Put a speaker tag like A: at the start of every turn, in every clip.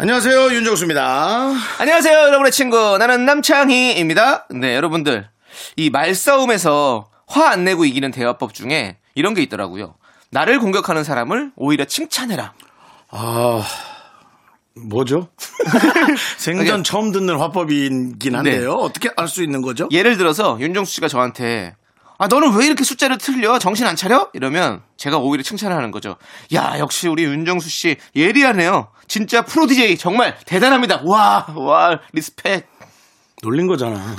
A: 안녕하세요 윤정수입니다.
B: 안녕하세요, 여러분의 친구. 나는 남창희입니다. 네, 여러분들. 이 말싸움에서 화 안 내고 이기는 대화법 중에 이런 게 있더라고요. 나를 공격하는 사람을 오히려 칭찬해라.
A: 아 뭐죠? 생전
B: 그러니까-
A: 처음 듣는 화법이긴 한데요. 어떻게 알 수 있는 거죠?
B: 예를 들어서 윤정수 씨가 저한테 아, 너는 왜 이렇게 숫자를 틀려? 정신 안 차려? 이러면 제가 오히려 칭찬을 하는 거죠. 야, 역시 우리 윤정수 씨 예리하네요. 진짜 프로 DJ 정말 대단합니다. 와, 와, 리스펙.
A: 놀린 거잖아.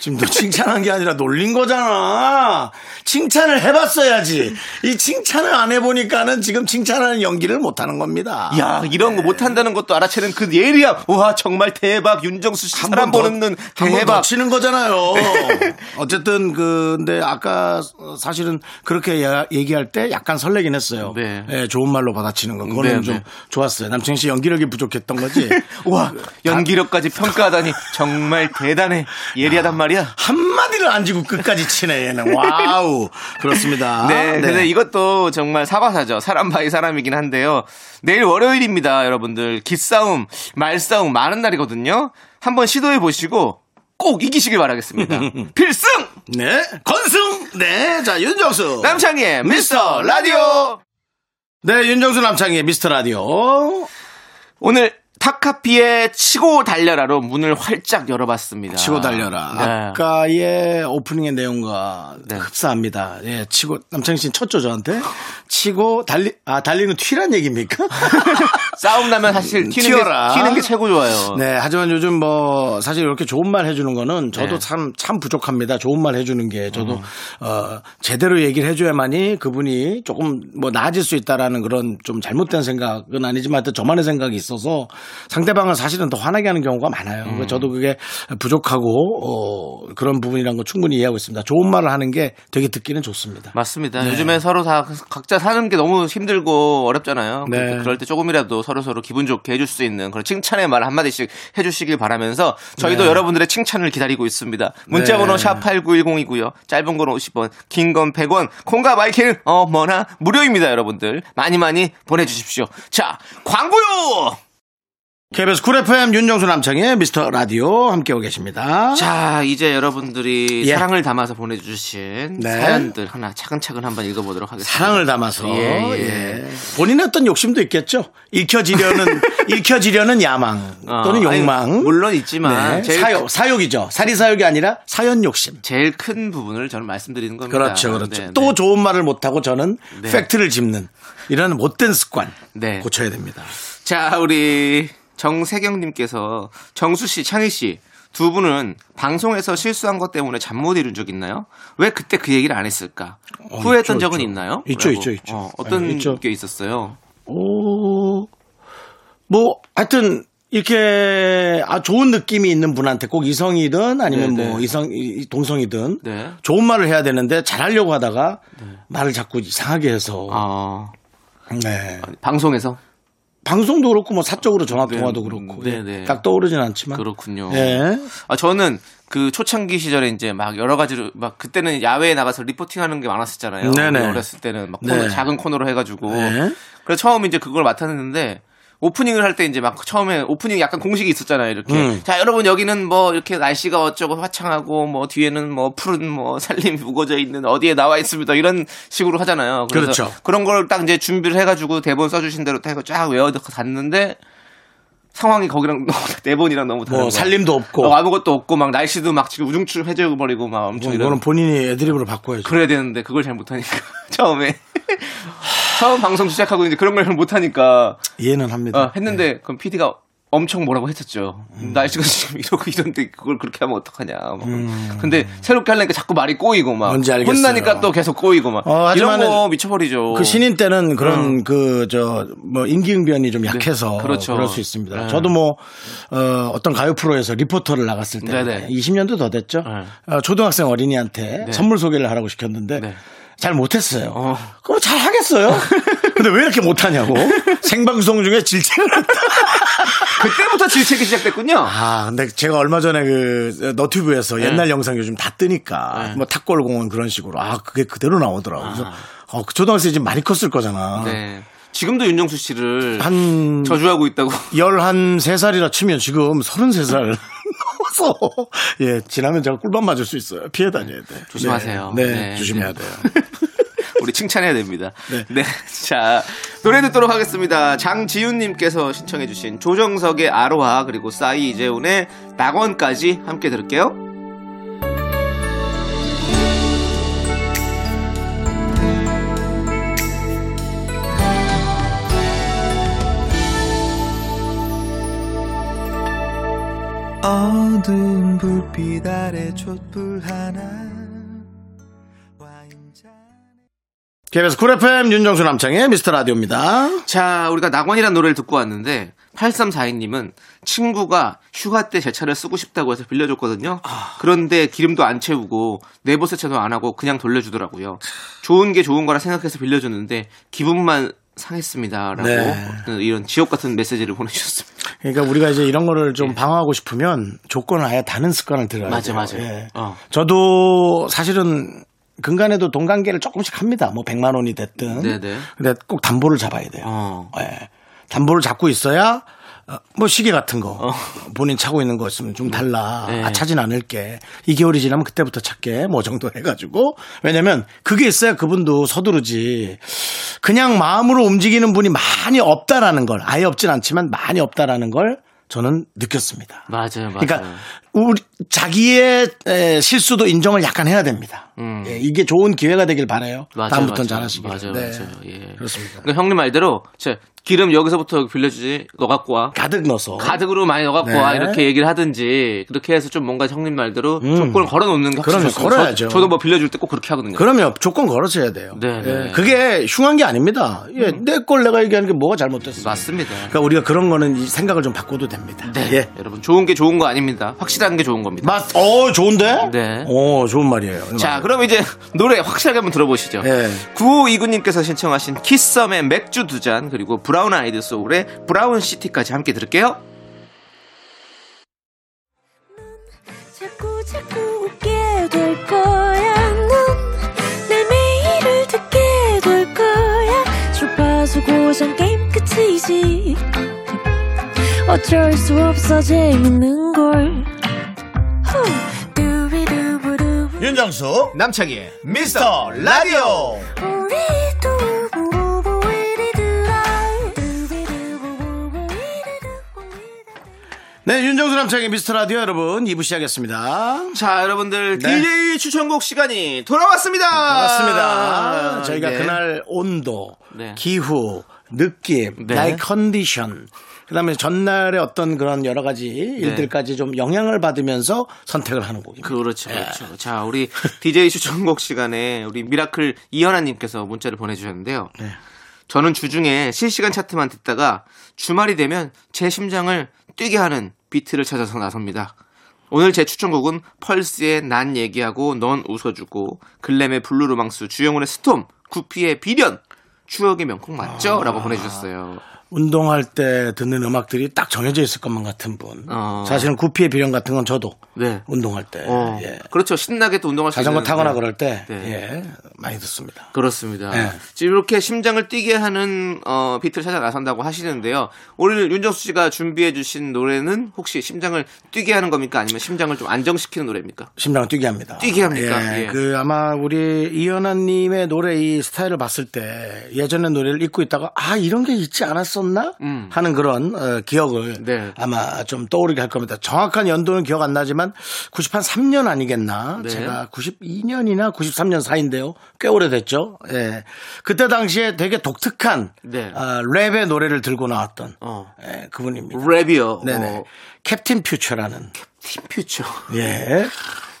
A: 지금 너 칭찬한 게 아니라 놀린 거잖아. 칭찬을 해봤어야지. 이 칭찬을 안 해보니까는 지금 칭찬하는 연기를 못하는 겁니다.
B: 야,
A: 네.
B: 이런 거 못한다는 것도 알아채는 그 예리함. 와, 정말 대박. 윤정수 씨
A: 한번
B: 사람
A: 더-
B: 보는 눈
A: 한번더
B: 대박.
A: 치는 거잖아요. 어쨌든 그 근데 아까 사실은 그렇게 야- 얘기할 때 약간 설레긴 했어요.
B: 네.
A: 예, 좋은 말로 받아치는 거 그거는
B: 네,
A: 좀
B: 네.
A: 좋았어요. 남창희 씨 연기력이 부족했던 거지.
B: 와 아, 연기력까지 평가하다니 정말 대단해 예리하단 말이야.
A: 한마디를 안 지고 끝까지 치네 얘는. 와우. 그렇습니다.
B: 네, 근데 이것도 정말 사바사죠. 사람 바이 사람이긴 한데요. 내일 월요일입니다, 여러분들. 기싸움, 말싸움 많은 날이거든요. 한번 시도해 보시고 꼭 이기시길 바라겠습니다. 필승!
A: 네. 건승. 네. 자, 윤정수.
B: 남창희의 미스터 라디오!
A: 네, 윤정수 남창희의 미스터 라디오.
B: 오늘 타카피의 치고 달려라로 문을 활짝 열어봤습니다.
A: 치고 달려라.
B: 네.
A: 아까의 오프닝의 내용과
B: 네.
A: 흡사합니다. 예, 치고 남창희 씨는 쳤죠 저한테. 치고 달리 아 달리는 튀란 얘기입니까?
B: 싸움 나면 사실 튀는
A: 튀어라.
B: 게, 튀는 게 최고 좋아요.
A: 네, 하지만 요즘 뭐 사실 이렇게 좋은 말 해주는 거는 저도
B: 네.
A: 참 참 부족합니다. 좋은 말 해주는 게 저도 어 제대로 얘기를 해줘야만이 그분이 조금 뭐 나아질 수 있다라는 그런 좀 잘못된 생각은 아니지만 하여튼 저만의 생각이 있어서 상대방을 사실은 더 화나게 하는 경우가 많아요. 그래서 저도 그게 부족하고 어 그런 부분이란 건 충분히 이해하고 있습니다. 좋은 말을 하는 게 되게 듣기는 좋습니다.
B: 맞습니다.
A: 네.
B: 요즘에 서로 다 각자 사는 게 너무 힘들고 어렵잖아요.
A: 네.
B: 그러니까 그럴 때 조금이라도 서로 서로 기분 좋게 해줄 수 있는 그런 칭찬의 말 한마디씩 해주시길 바라면서 저희도 여러분들의 칭찬을 기다리고 있습니다. 문자번호
A: 네.
B: 샵 8910이고요. 짧은 건 50원, 긴 건 100원, 콩과 마이크는 어머나 무료입니다, 여러분들. 많이 많이 보내주십시오. 자, 광고요!
A: KBS 쿨 FM 윤정수 남창의 미스터 라디오 함께하고 계십니다.
B: 자, 이제 여러분들이
A: 예.
B: 사랑을 담아서 보내주신
A: 네.
B: 사연들 하나 차근차근 한번 읽어보도록 하겠습니다.
A: 사랑을 담아서
B: 예, 예.
A: 예. 본인의 어떤 욕심도 있겠죠. 읽혀지려는 읽혀지려는 야망
B: 어,
A: 또는
B: 아니,
A: 욕망.
B: 물론 있지만
A: 네,
B: 제일 그
A: 사욕 사욕이죠. 사리 사욕이 아니라 사연 욕심.
B: 제일 큰 부분을 저는 말씀드리는 겁니다.
A: 그렇죠, 그렇죠.
B: 네,
A: 또
B: 네.
A: 좋은 말을 못하고 저는
B: 네.
A: 팩트를 짚는 이런 못된 습관
B: 네.
A: 고쳐야 됩니다.
B: 자, 우리 정세경님께서 정수 씨, 창희 씨. 두 분은 방송에서 실수한 것 때문에 잠 못 이룬 적 있나요? 왜 그때 그 얘기를 안 했을까?
A: 어,
B: 후회했던
A: 있죠,
B: 적은
A: 있죠.
B: 있나요?
A: 있죠,
B: 라고.
A: 있죠, 있죠.
B: 어, 어떤
A: 네, 있죠.
B: 게 있었어요?
A: 오, 뭐, 하여튼, 이렇게, 아, 좋은 느낌이 있는 분한테 꼭 이성이든 아니면
B: 네,
A: 뭐,
B: 네.
A: 이성, 이- 동성이든
B: 네.
A: 좋은 말을 해야 되는데 잘하려고 하다가 말을 자꾸 이상하게 해서.
B: 어,
A: 네.
B: 방송에서
A: 방송도 그렇고 뭐 사적으로 전화통화도
B: 네,
A: 그렇고.
B: 네, 네.
A: 딱 떠오르진 않지만.
B: 그렇군요.
A: 예.
B: 아, 저는 그 초창기 시절에 이제 막 여러 가지로 막 그때는 야외에 나가서 리포팅 하는 게 많았었잖아요.
A: 네네.
B: 우리 어렸을 때는 막 코너,
A: 네.
B: 작은 코너로 해가지고.
A: 네.
B: 그래서 처음 이제 그걸 맡았는데 오프닝을 할 때 이제 막 처음에 오프닝 약간 공식이 있었잖아요. 이렇게.
A: 음.
B: 자, 여러분 여기는 뭐 이렇게 날씨가 어쩌고 화창하고 뭐 뒤에는 뭐 푸른 뭐 산림이 우거져 있는 어디에 나와 있습니다. 이런 식으로 하잖아요. 그래서
A: 그렇죠.
B: 그런 걸 딱 이제 준비를 해가지고 대본 써주신 대로 딱 해서 쫙 외워서 갔는데 상황이 거기랑 너무 대본이랑 너무 다른
A: 뭐,
B: 거예요.
A: 살림도 없고.
B: 어, 아무것도 없고 막 날씨도 막 지금 우중충 해져 버리고 막 엄청
A: 뭐 이거는
B: 이런
A: 본인이 애드립으로 바꿔야죠.
B: 그래야 되는데 그걸 잘 못하니까 처음에 처음 방송 시작하고 이제 그런 걸 못 하니까
A: 이해는 합니다.
B: 아, 어, 했는데 그럼 PD가 엄청 뭐라고 했었죠.
A: 음.
B: 날씨가 지금 이러고 이런데 그걸 그렇게 하면 어떡하냐. 막. 근데 새롭게 하려니까 자꾸 말이 꼬이고 막
A: 음. 뭔지 알겠어요.
B: 혼나니까 또 계속 꼬이고 막
A: 어,
B: 이런
A: 하지만은
B: 거 미쳐버리죠.
A: 그 신인 때는 그런 그 저 뭐 인기응변이 좀 약해서
B: 그렇죠.
A: 그럴 수 있습니다.
B: 네.
A: 저도 뭐 어, 떤 가요 프로에서 리포터를 나갔을 때
B: 네네.
A: 20년도 더 됐죠.
B: 네.
A: 어, 초등학생 어린이한테 선물 소개를 하라고 시켰는데
B: 네.
A: 잘 네. 못했어요.
B: 어.
A: 그럼 잘 하겠어요. 근데 왜 이렇게 못하냐고 생방송 중에 질책을 했다.
B: 그때부터 질책이 시작됐군요.
A: 아, 근데 제가 얼마 전에 그 너튜브에서 옛날 영상 요즘 다 뜨니까 뭐 탁골공원 그런 식으로 아 그게 그대로 나오더라고. 그래서 어, 그 초등학생이 지금 많이 컸을 거잖아.
B: 네. 지금도 윤정수 씨를
A: 한
B: 저주하고 있다고.
A: 13살이라 치면 지금 33살 넘어서 예 지나면 제가 꿀밤 맞을 수 있어요 피해 다녀야 돼
B: 조심하세요.
A: 네, 네,
B: 네.
A: 조심해야 돼요
B: 우리 칭찬해야 됩니다.
A: 네.
B: 네. 자, 노래 듣도록 하겠습니다. 장지윤님께서 신청해주신 조정석의 아로하, 그리고 싸이 이재훈의 낙원까지 함께 들을게요.
C: 어두운 불빛 아래 촛불 하나
A: KBS 쿨 FM 윤정수 남창의 미스터 라디오입니다
B: 자, 우리가 낙원이라는 노래를 듣고 왔는데, 8342님은 친구가 휴가 때 제 차를 쓰고 싶다고 해서 빌려줬거든요.
A: 아.
B: 그런데 기름도 안 채우고, 내부 세차도 안 하고 그냥 돌려주더라고요. 좋은 게 좋은 거라 생각해서 빌려줬는데, 기분만 상했습니다. 라고
A: 네.
B: 이런 지옥 같은 메시지를 보내주셨습니다.
A: 그러니까 우리가 이제 이런 거를 좀 방어하고 싶으면 조건을 아예 다는 습관을 들어야
B: 예.
A: 돼요
B: 맞아, 맞아요.
A: 예.
B: 어.
A: 저도 사실은 근간에도 돈 관계를 조금씩 합니다 뭐 100만 원이 됐든
B: 네네.
A: 근데 꼭 담보를 잡아야 돼요
B: 어.
A: 예. 담보를 잡고 있어야 어, 뭐 시계 같은 거 본인 차고 있는 거 있으면 좀 달라
B: 어. 네.
A: 아 차진 않을게 2개월이 지나면 그때부터 찾게 뭐 정도 해가지고 왜냐면 그게 있어야 그분도 서두르지 그냥 마음으로 움직이는 분이 많이 없다라는 걸 아예 없진 않지만 많이 없다라는 걸 저는 느꼈습니다
B: 맞아요, 맞아요.
A: 그러니까 우리 자기의 에, 실수도 인정을 약간 해야 됩니다 예, 이게 좋은 기회가 되길 바래요
B: 음. 맞아요,
A: 다음부터는
B: 맞아요.
A: 잘하시길
B: 맞아요,
A: 네.
B: 맞아요. 예.
A: 그렇습니다
B: 그러니까 형님 말대로, 자, 기름 여기서부터 빌려주지, 너 갖고 와.
A: 가득 넣어서
B: 가득으로 많이 넣어갖고
A: 네.
B: 와 이렇게 얘기를 하든지 그렇게 해서 좀 뭔가 형님 말대로 조건을 걸어놓는 게
A: 음. 그럼요,
B: 확실히 좋습니다.
A: 걸어야죠.
B: 저, 도뭐 빌려줄 때 꼭 그렇게 하거든요.
A: 그러면 조건 걸어줘야 돼요.
B: 네, 네. 음.
A: 예, 그게 흉한 게 아닙니다. 예, 내 걸 내가 얘기하는 게 뭐가 잘못됐어.
B: 맞습니다.
A: 그러니까 우리가 그런 거는 이 생각을 좀 바꿔도 됩니다.
B: 네,
A: 예.
B: 여러분 좋은 게 좋은 거 아닙니다. 확실한 게 좋은 겁니다.
A: 맞, 어, 좋은데?
B: 네.
A: 어, 좋은 말이에요.
B: 자, 그럼 이제 노래 확실하게 한번 들어보시죠.
A: 예.
B: 9529님께서 신청하신 키썸의 맥주 두 잔, 그리고 브라운 아이드 소울의 브라운 시티까지 함께 들을게요.
D: 자꾸 자꾸 웃게 될 거야. 넌내 매일을 듣게 될 거야. 주파수 고정 게임 끝이지. 어쩔 수 없어 재밌는 걸. 후. 두비두부두.
A: 윤정수, 남창희, 미스터 라디오.
D: 우리 두부부부 우리 두라. 두비두부부부 우리 두부부.
A: 네, 윤정수, 남창희, 미스터 라디오 여러분, 2부 시작했습니다.
B: 자, 여러분들
A: 네.
B: DJ 추천곡 시간이 돌아왔습니다.
A: 맞습니다. 아, 저희가
B: 네.
A: 그날 온도,
B: 네.
A: 기후, 느낌,
B: 네.
A: 나의 컨디션, 그다음에 전날의 어떤 그런 여러 가지
B: 네.
A: 일들까지 좀 영향을 받으면서 선택을 하는 곡입니다.
B: 그렇죠, 그렇죠. 자, 우리 DJ 추천곡 시간에 우리 미라클 이현아님께서 문자를 보내주셨는데요.
A: 네.
B: 저는 주중에 실시간 차트만 듣다가 주말이 되면 제 심장을 뛰게 하는 비트를 찾아서 나섭니다. 오늘 제 추천곡은 펄스의 난 얘기하고 넌 웃어주고 글램의 블루로망스 주영훈의 스톰 구피의 비련 추억의 명곡
A: 아.
B: 맞죠? 라고 보내주셨어요.
A: 운동할 때 듣는 음악들이 딱 정해져 있을 것만 같은 분.
B: 어.
A: 사실은 구피의 비련 같은 건 저도
B: 네.
A: 운동할 때
B: 어,
A: 예.
B: 그렇죠. 신나게 또 운동할 수
A: 자전거
B: 있는-
A: 타거나
B: 네.
A: 그럴 때
B: 네.
A: 예, 많이 듣습니다.
B: 그렇습니다.
A: 예.
B: 지금 이렇게 심장을 뛰게 하는 어, 비트를 찾아 나선다고 하시는데요. 오늘 윤정수 씨가 준비해 주신 노래는 혹시 심장을 뛰게 하는 겁니까? 아니면 심장을 좀 안정시키는 노래입니까?
A: 심장을 뛰게 합니다.
B: 뛰게 합니까?
A: 예,
B: 예.
A: 그 아마 우리 이현아님의 노래 이 스타일을 봤을 때 예전의 노래를 읽고 있다가 아 이런 게 있지 않았어 했었나 하는 그런 어, 기억을
B: 음. 네.
A: 아마 좀 떠오르게 할 겁니다. 정확한 연도는 기억 안 나지만 90한 3년 아니겠나?
B: 네.
A: 제가 92년이나 93년 사이인데요. 꽤 오래됐죠. 예. 그때 당시에 되게 독특한
B: 네.
A: 아, 랩의 노래를 들고 나왔던
B: 어.
A: 예, 그분입니다.
B: 랩이요.
A: 네네.
B: 어,
A: 캡틴 퓨처라는
B: 팀퓨처.
A: 예.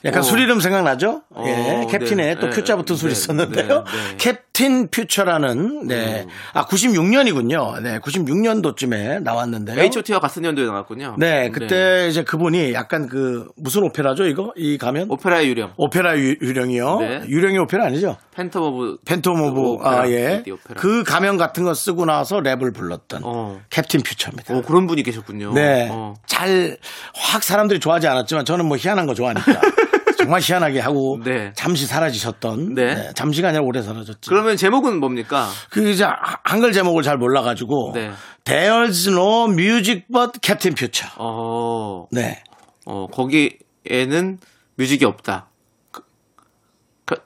A: 약간
B: 어.
A: 술 이름 생각나죠?
B: 어,
A: 예. 캡틴에
B: 네.
A: 또
B: 네.
A: 큐자 붙은 술이
B: 네.
A: 있었는데요.
B: 네. 음. 네.
A: 캡틴 퓨처라는, 네. 아, 96년이군요. 네. 96년도쯤에 나왔는데요.
B: H.O.T와 같은 연도에 나왔군요.
A: 네. 그때 이제 그분이 약간 그, 무슨 오페라죠? 이거? 이 가면?
B: 오페라의 유령.
A: 오페라 유, 령이요
B: 네.
A: 유령이 오페라 아니죠?
B: 팬텀 오브
A: 팬톰 오브,
B: 오페라,
A: 아, 예.
B: 디 오페라.
A: 그 가면 같은 거 쓰고 나서 랩을 불렀던
B: 어.
A: 캡틴 퓨처입니다.
B: 어, 그런 분이 계셨군요.
A: 네.
B: 어.
A: 잘 확 사람들이 좋아하지 않았지만 저는 뭐 희한한 거 좋아하니까. 정말 희한하게 하고
B: 네.
A: 잠시 사라지셨던
B: 네.
A: 네, 잠시가 아니라 오래 사라졌지.
B: 그러면 제목은 뭡니까?
A: 그 이제 하- 한글 제목을 잘 몰라 가지고
B: 네.
A: There's no music but Captain Future.
B: 어,
A: 네.
B: 어 거기에는 뮤직이 없다. 그- 그-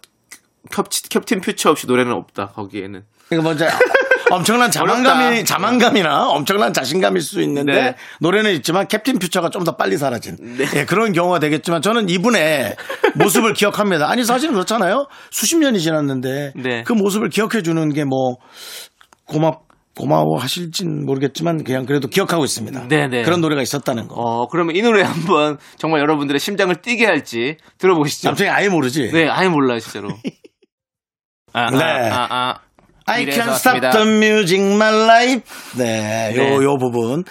B: 캡틴, 캡틴 퓨처 없이 노래는 없다. 거기에는.
A: 이거 먼저 엄청난 자만감이
B: 그러니까 어렵다.
A: 자만감이나 엄청난 자신감일 수 있는데
B: 네.
A: 노래는 있지만 캡틴 퓨처가 좀 더 빨리 사라진
B: 네.
A: 예, 그런 경우가 되겠지만 저는 이분의 모습을 기억합니다. 아니 사실은 그렇잖아요. 수십 년이 지났는데
B: 네.
A: 그 모습을 기억해 주는 게 뭐 고맙 고마워 하실진 모르겠지만 그냥 그래도 기억하고 있습니다.
B: 네, 네.
A: 그런 노래가 있었다는 거.
B: 어 그러면 이 노래 한번 정말 여러분들의 심장을 뛰게 할지 들어보시죠.
A: 남편이 아예 모르지.
B: 네, 아예 몰라요 진짜로. 아,
A: 네.
B: 아, 아, 아.
A: I
B: 미래에서
A: can stop
B: 왔습니다.
A: the music, my life. 네, 요,
B: 네.
A: 요 부분.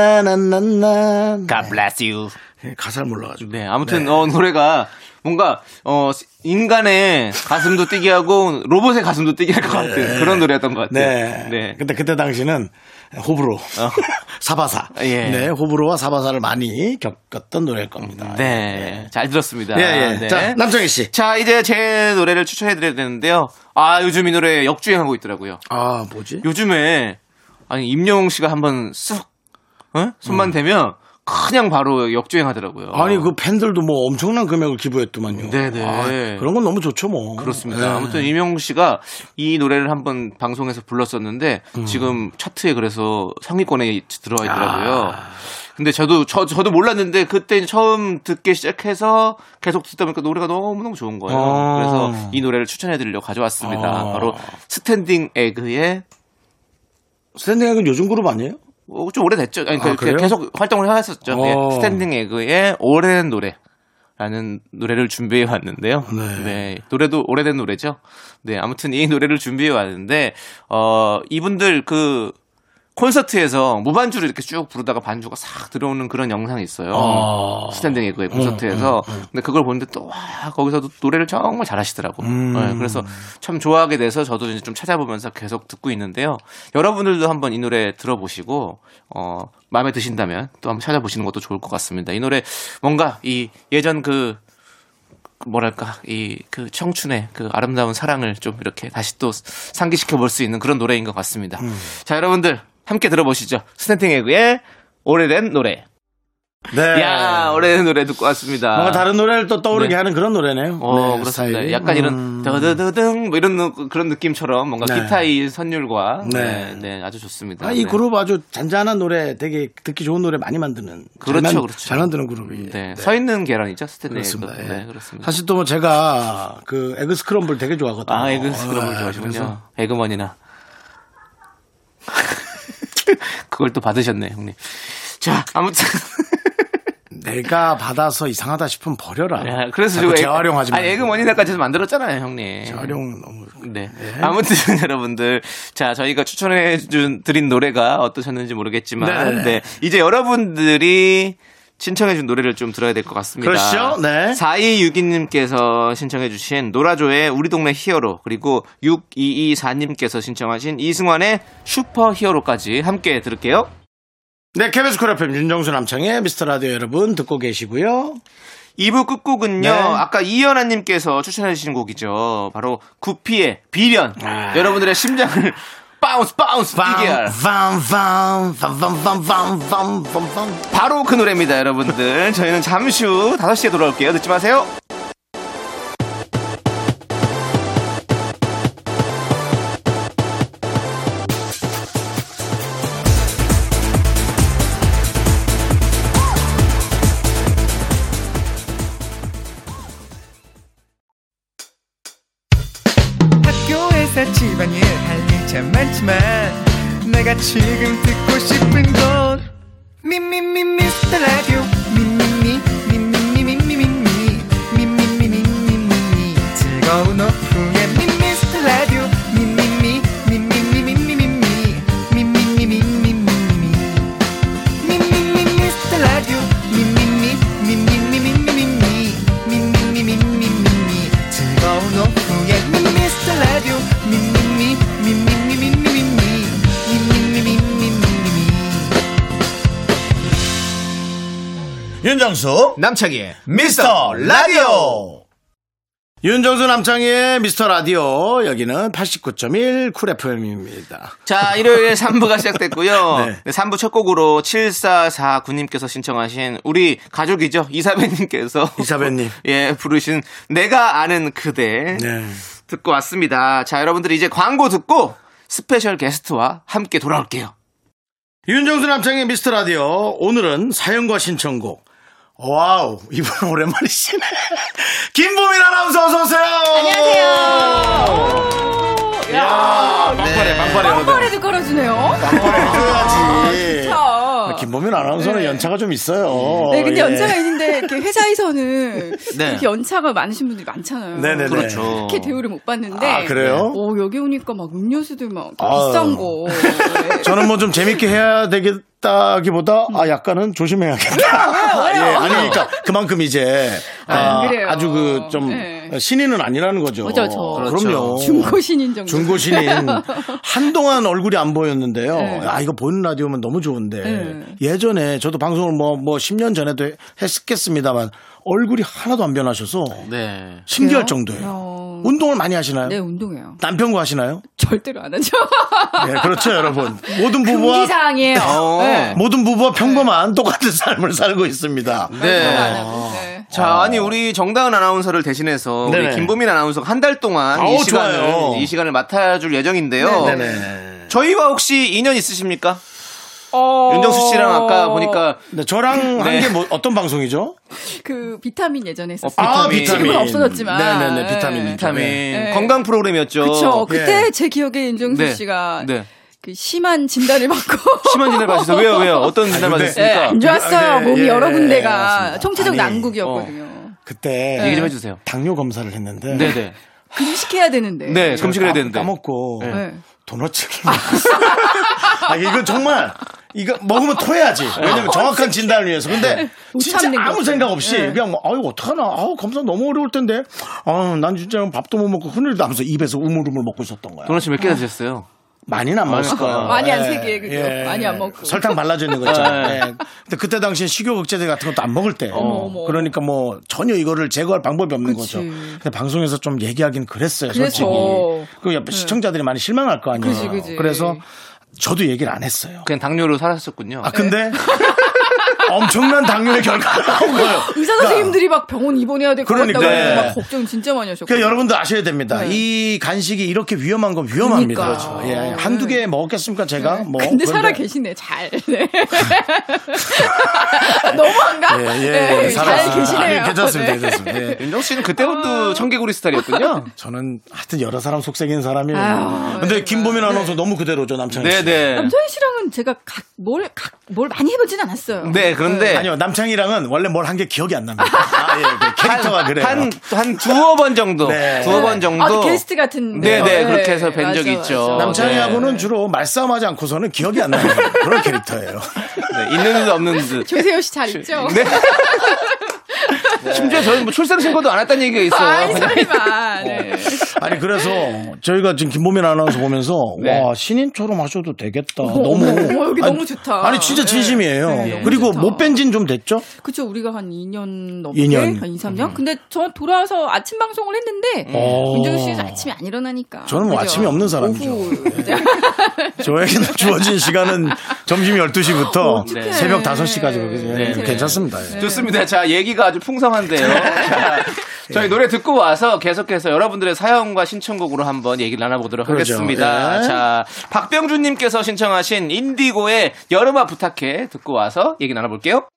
A: 나나나나나나나나.
B: God bless you.
A: 예, 가사를 몰라가지고.
B: 네, 아무튼 어 노래가 뭔가 어 인간의 가슴도 뛰게 하고 로봇의 가슴도 뛰게 할 것 같은 그런 노래였던 것 같아요.
A: 네. 근데 그때 당시는 호불호. 사바사.
B: 어. 예.
A: 네, 호불호와 사바사를 많이 겪었던 노래일 겁니다.
B: 네. 잘 들었습니다.
A: 예, 예.
B: 네.
A: 자, 남정희 씨.
B: 자, 이제 제 노래를 추천해드려야 되는데요. 아, 요즘 이 노래 역주행하고 있더라고요.
A: 아, 뭐지?
B: 요즘에, 아니, 임영웅 씨가 한번 쑥, 어? 손만 대면 그냥 바로 역주행하더라고요.
A: 음. 아니, 그 팬들도 뭐 엄청난 금액을 기부했더만요.
B: 네네.
A: 아, 그런 건 너무 좋죠, 뭐.
B: 그렇습니다.
A: 예.
B: 아무튼 임영웅 씨가 이 노래를 한번 방송에서 불렀었는데
A: 음.
B: 지금 차트에 그래서 상위권에 들어와 있더라고요. 근데 저도 저 저도 몰랐는데 그때 이제 처음 듣기 시작해서 계속 듣다 보니까 노래가 너무 너무 좋은 거예요.
A: 아.
B: 그래서 이 노래를 추천해드리려고 가져왔습니다.
A: 아.
B: 바로 스탠딩 에그의
A: 스탠딩은 요즘 그룹 아니에요?
B: 어, 좀 오래됐죠. 아니, 그-
A: 아, 그래요?
B: 계속 활동을 해왔었죠. 예,
A: 어.
B: 스탠딩 에그의 예, 오래된 노래. 라는 노래를 준비해 왔는데요.
A: 네.
B: 노래도 오래된 노래죠. 네. 아무튼 이 노래를 준비해 왔는데, 어, 이분들 그 콘서트에서 무반주를 이렇게 쭉 부르다가 반주가 싹 들어오는 그런 영상이 있어요.
A: 아.
B: 스탠딩 에그의 콘서트에서. 근데 그걸 보는데 또, 와, 거기서도 노래를 정말 잘하시더라고.
A: 음.
B: 네, 그래서 참 좋아하게 돼서 저도 이제 좀 찾아보면서 계속 듣고 있는데요. 여러분들도 한번 이 노래 들어보시고, 어, 마음에 드신다면 또 한번 찾아보시는 것도 좋을 것 같습니다. 이 노래 뭔가 이 예전 그, 그 뭐랄까, 이 그 청춘의 그 아름다운 사랑을 좀 이렇게 다시 또 상기시켜 볼 수 있는 그런 노래인 것 같습니다. 자, 여러분들 함께 들어보시죠. 스탠팅 에그의 오래된 노래.
A: 네.
B: 야, 오래된 노래 듣고 왔습니다.
A: 뭔가 다른 노래를 또 떠오르게
B: 네.
A: 하는 그런 노래네요.
B: 어,
A: 네,
B: 그렇습니다.
A: 스타일이.
B: 약간
A: 음.
B: 이런 더더더등 뭐 이런 노- 그런 느낌처럼 뭔가
A: 네.
B: 기타의 선율과
A: 네.
B: 네, 네, 아주 좋습니다.
A: 아, 이
B: 네.
A: 그룹 아주 잔잔한 노래 되게 듣기 좋은 노래 많이 만드는.
B: 그렇죠,
A: 잘, 만-
B: 그렇죠.
A: 잘 만드는 그룹이에요.
B: 네, 서 있는 계란이죠, 스탠드.
A: 그렇습니다. 예.
B: 네, 그렇습니다.
A: 사실 또 뭐 제가 그 에그 스크럼블 되게 좋아하거든요.
B: 아, 에그 스크럼을
A: 아, 그래서
B: 좋아하시군요. 에그먼이나. 그걸 또 받으셨네, 형님. 자, 아무튼.
A: 내가 받아서 이상하다 싶으면 버려라.
B: 야, 그래서
A: 아, 자꾸
B: 에-
A: 재활용하지
B: 아니,
A: 말고.
B: 에그먼이나까지도 만들었잖아요, 형님.
A: 재활용 너무.
B: 네. 아무튼 여러분들 자 저희가 추천해 준 드린 노래가 어떠셨는지 모르겠지만
A: 네.
B: 네. 이제 여러분들이 신청해 준 노래를 좀 들어야 될 것 같습니다.
A: 그렇죠. 네.
B: 4262님께서 신청해 주신 노라조의 우리 동네 히어로 그리고 6224님께서 신청하신 이승환의 슈퍼 히어로까지 함께 들을게요.
A: 네, 케빈스 쿨 FM 윤정수 남창의 미스터 라디오 여러분 듣고 계시고요.
B: 2부 끝곡은요.
A: 네.
B: 아까 이현아 님께서 추천해 주신 곡이죠. 바로 구피의 비련.
A: 아.
B: 여러분들의 심장을 바운스 바운스 뛰게 할
A: 밤밤밤밤밤밤밤밤밤
B: 바로 그 노래입니다, 여러분들. 저희는 잠시 후 5시에 돌아올게요. 듣지 마세요.
C: 회사 집안일 할 일 참 많지만 내가 지금 듣고 싶은 건 미미미 미스터 라디오 미미미 미미미 미미미 미미미 미미미 즐거운 오후에 미미스터 라디오 미미미 미미미 미미미 미미미 미미미 미미미
E: 윤정수
B: 남창희의
E: 미스터 라디오
A: 윤정수 남창희의 미스터 라디오 여기는 89.1 쿨 FM입니다.
B: 자, 일요일에 3부가 시작됐고요.
A: 네.
B: 네. 3부 첫 곡으로 7449님께서 신청하신 우리 가족이죠. 이사배님께서.
A: 이사배님.
B: 예, 부르신 내가 아는 그대.
A: 네.
B: 듣고 왔습니다. 자, 여러분들 이제 광고 듣고 스페셜 게스트와 함께 돌아올게요.
A: 윤정수 남창의 미스터 라디오 오늘은 사연과 신청곡 와우 이분 오랜만이시네 김보민 아나운서 어서 오세요 안녕하세요
B: 네.
A: 야 빵빠레 빵빠레
F: 빵빠레도 걸어주네요.
A: 해야지
F: 자.
A: 네. 아, 김보민 아나운서는
F: 아, 네.
A: 연차가 좀 있어요
F: 네, 근데
A: 예.
F: 연차가 있는데 이렇게 회사에서는
B: 네.
F: 이렇게 연차가 많으신 분들이 많잖아요.
A: 네네네
B: 그렇죠.
F: 이렇게 대우를 못 받는데.
A: 아 그래요
F: 오, 여기 오니까 막 음료수들 막 이렇게
A: 아유.
F: 비싼 거. 네.
A: 저는 뭐 좀 재밌게 해야 되겠다기보다 아 약간은 조심해야겠다 예 아니 그러니까 그만큼 이제 아,
F: 아, 그래요.
A: 주 그 좀
F: 네.
A: 신인은 아니라는 거죠
F: 그죠, 저.
A: 그럼요
F: 중고신인 정도.
A: 어. 중고신인 한동안 얼굴이 안 보였는데요.
F: 네.
A: 아 이거 보는 라디오면 너무 좋은데
F: 네.
A: 예전에 저도 방송을 뭐 뭐 10년 전에도 했- 했겠습니다만 얼굴이 하나도 안 변하셔서
B: 네.
A: 신기할
F: 그래요?
A: 정도예요.
F: 어.
A: 운동을 많이 하시나요?
F: 네, 운동해요.
A: 남편과 하시나요?
F: 절대로 안 하죠.
A: 네, 그렇죠, 여러분. 모든 부부와
F: 금기사항이에요.
B: 어.
F: 네.
A: 모든 부부와 평범한 똑같은 삶을 살고 있습니다.
F: 절대로 안
B: 네.
F: 하고. 네.
B: 자, 아니 우리 정다은 아나운서를 대신해서 우리
A: 네네.
B: 김보민 아나운서가 한 달 동안 이
A: 아우,
B: 시간을
A: 좋아요.
B: 이 시간을 맡아줄 예정인데요.
A: 어. 네네.
B: 저희와 혹시 인연 있으십니까?
F: 어.
B: 윤정수 씨랑 아까 보니까
A: 근데 저랑 한
B: 네.
A: 게 뭐, 어떤 방송이죠?
F: 그 비타민 예전에 했었어요.
B: 아, 비타민.
F: 지금은 없어졌지만.
A: 네네네, 비타민.
F: 네.
B: 비타민
F: 네.
B: 건강 프로그램이었죠.
F: 그쵸. 그때
A: 예.
F: 제 기억에 윤정수
B: 네.
F: 씨가
B: 네.
F: 그 심한 진단을 받고
B: 심한 진단 받으셨어요. 왜요, 왜요? 어떤 진단
A: 근데-
F: 네,
B: 받으셨습니까?
F: 안 좋았어요.
A: 네,
F: 몸이
A: 예,
F: 여러
A: 맞습니다.
F: 군데가 총체적
A: 아니, 어.
F: 난국이었거든요.
A: 그때
F: 네.
B: 얘기 좀 해주세요.
A: 당뇨 검사를 했는데
B: 네, 네.
F: 금식해야 되는데.
B: 네, 금식을 해야 되는데.
A: 아, 까먹고
F: 네.
A: 도넛을 먹었어요. 아, 이건 정말 이거 먹으면 토해야지.
B: 네.
A: 왜냐면 정확한 진단을 위해서. 근데
F: 네. 못
A: 진짜
F: 참는
A: 아무
F: 거죠.
A: 생각 없이
F: 네.
A: 그냥 뭐 아유 어떡하나. 아우 검사 너무 어려울 텐데. 아, 난 진짜 밥도 못 먹고 흐늘도 하면서 입에서 우물우물 먹고 있었던 거야.
B: 도넛이 몇개 드셨어요?
A: 많이는 안 먹었을 거야.
F: 많이 안
A: 예,
F: 세게, 그죠? 많이 안 먹고.
A: 설탕 발라져 있는 거 있잖아요.
B: 예.
A: 예. 근데 그때 당시에 식욕 억제제 같은 것도 안 먹을 때.
F: 어머.
A: 그러니까 뭐 전혀 이거를 제거할 방법이 없는
F: 그치.
A: 거죠. 근데 방송에서 좀 얘기하긴 그랬어요.
F: 그래서. 음.
A: 솔직히. 그 옆에 시청자들이 많이 실망할 거 아니에요.
F: 그치, 그치.
A: 그래서 저도 얘기를 안 했어요.
B: 그냥 당뇨로 살았었군요.
F: 네.
A: 아 근데 엄청난 당뇨의 결과가 나온
F: 그러니까.
A: 거예요.
F: 의사 선생님들이 막 병원 입원해야 될것
A: 그러니까.
F: 같다고
A: 네.
F: 막 걱정 진짜 많이 하셨고.
A: 그러니까 여러분들 아셔야 됩니다.
F: 네.
A: 이 간식이 이렇게 위험한 건 위험합니다.
F: 그러니까. 그렇죠.
A: 예, 한두 개 먹었겠습니까 제가? 뭐.
F: 근데
A: 그런데-
F: 살아 계시네, 잘. 네. 너무한가?
A: 예, 예,
F: 네,
A: 예, 살았어요.
F: 잘 계시네요.
A: 아니, 괜찮습니다,
F: 네.
A: 괜찮습니다. 예.
B: 윤정 씨는
F: 아.
B: 그때부터 청개구리 스타일이었군요.
A: 저는 하여튼 여러 사람 속색인 사람이에요.
F: 아유,
A: 근데
F: 정말.
A: 김보민 아나운서 너무 그대로죠, 남창희 씨.
B: 네네.
F: 남정희 씨랑은 제가 각, 뭘, 각, 뭘 많이 해보진 않았어요.
B: 네, 그런데
A: 아니요, 남창희랑은 원래 뭘 한 게 기억이 안 납니다. 아, 예, 그 캐릭터가 그래요.
B: 한, 한 네. 두어 번 정도.
A: 네.
B: 두어 번 정도.
F: 아, 게스트 같은.
B: 네,
F: 거.
B: 네, 그렇게 해서 뵌 적이
F: 맞아,
A: 어,
F: 네.
B: 있죠.
F: 맞아.
A: 남창희하고는 주로 말싸움하지 않고서는 기억이 안 나는 네. 그런 캐릭터예요.
B: 네, 있는 듯 없는 듯.
F: 조세호 씨 잘 있죠?
B: 네. 심지어 저는 뭐 출생 신고도 안 했다는 얘기가 있어요.
F: 아이, 설마. 네.
A: 아니 그래서 저희가 지금 김보민 아나운서 보면서 와 신인처럼 하셔도 되겠다. 너무
F: 어머, 여기
A: 아니,
F: 너무 좋다.
A: 아니 진짜 진심이에요.
F: 네,
A: 그리고
F: 너무 좋다.
A: 못 뵌 지는 좀 됐죠?
F: 그쵸, 우리가 한 2년 넘게.
A: 이 년. 음.
F: 한 2, 3년? 근데 저 돌아와서 아침 방송을 했는데,
B: 음.
A: 어.
F: 김정수 씨는 아침에 안 일어나니까.
A: 저는 뭐 아침이 없는 사람이죠. 네.
F: 오후.
A: 저에게는 주어진 시간은 점심 12시부터
F: 어떡해.
A: 새벽 5시까지 그렇게
B: 네.
A: 괜찮습니다.
B: 좋습니다. 자, 얘기가 아주 풍성한데요. 자, 저희 노래 듣고 와서 계속해서 여러분들의 사연과 신청곡으로 한번 얘기를 나눠보도록
A: 그러죠.
B: 하겠습니다.
A: 예.
B: 자, 박병준님께서 신청하신 인디고의 여름아 부탁해 듣고 와서 얘기 나눠볼게요.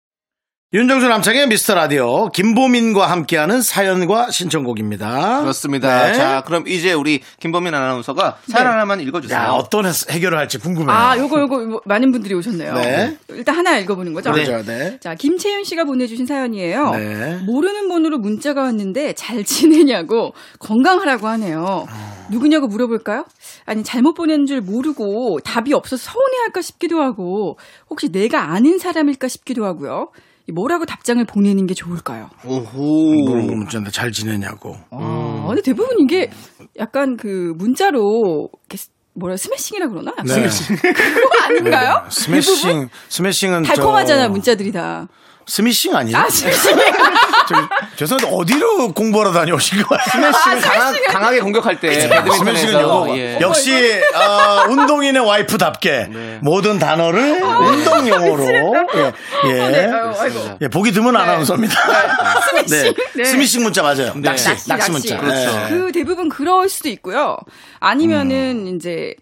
A: 윤정수 남창의 미스터 라디오 김보민과 함께하는 사연과 신청곡입니다.
B: 그렇습니다.
A: 네.
B: 자, 그럼 이제 우리 김범민 아나운서가 사연 하나만 네. 읽어주세요.
A: 야 어떤 해서- 해결을 할지 궁금해요.
F: 아, 요거 요거 뭐, 많은 분들이 오셨네요.
A: 네.
F: 일단 하나 읽어보는 거죠.
A: 그러죠, 네.
F: 자, 김채윤 씨가 보내주신 사연이에요.
A: 네.
F: 모르는 번호로 문자가 왔는데 잘 지내냐고 건강하라고 하네요.
A: 아.
F: 누구냐고 물어볼까요? 아니 잘못 보낸 줄 모르고 답이 없어서 서운해할까 싶기도 하고 혹시 내가 아는 사람일까 싶기도 하고요. 이 뭐라고 답장을 보내는 게 좋을까요?
B: 오호.
A: 물어보면 문자인데 잘 지내냐고. 음.
F: 아, 근데 대부분 이게 약간 그 문자로 이렇게 스- 뭐라 스매싱이라 그러나? 약간
A: 네.
F: 그거 아닌가요? 대부분?
A: 스매싱, 스매싱은
F: 달콤하잖아
A: 저-
F: 문자들이 다.
A: 스미싱 아니에요?
F: 아 스매싱.
A: 저- 죄송한데 어디로 공부하러 다녀오신 거예요?
B: 스매싱 강하, 강하게 공격할
F: 예,
B: 때
A: 스매싱은 영어.
B: 배드민턴에서 예.
A: 역시 아, 운동인의 와이프답게
F: 네.
A: 모든 단어를
F: 아,
A: 운동 용어로 예, 예.
F: 네.
A: 예, 보기 드문 아나운서입니다. 스미싱,
F: 네.
A: 스미싱 문자 맞아요. 낚시, 낚시,
F: 낚시, 낚시.
A: 문자.
B: 그렇죠.
A: 예.
F: 그 대부분 그럴 수도 있고요. 아니면은
A: 음.
F: 이제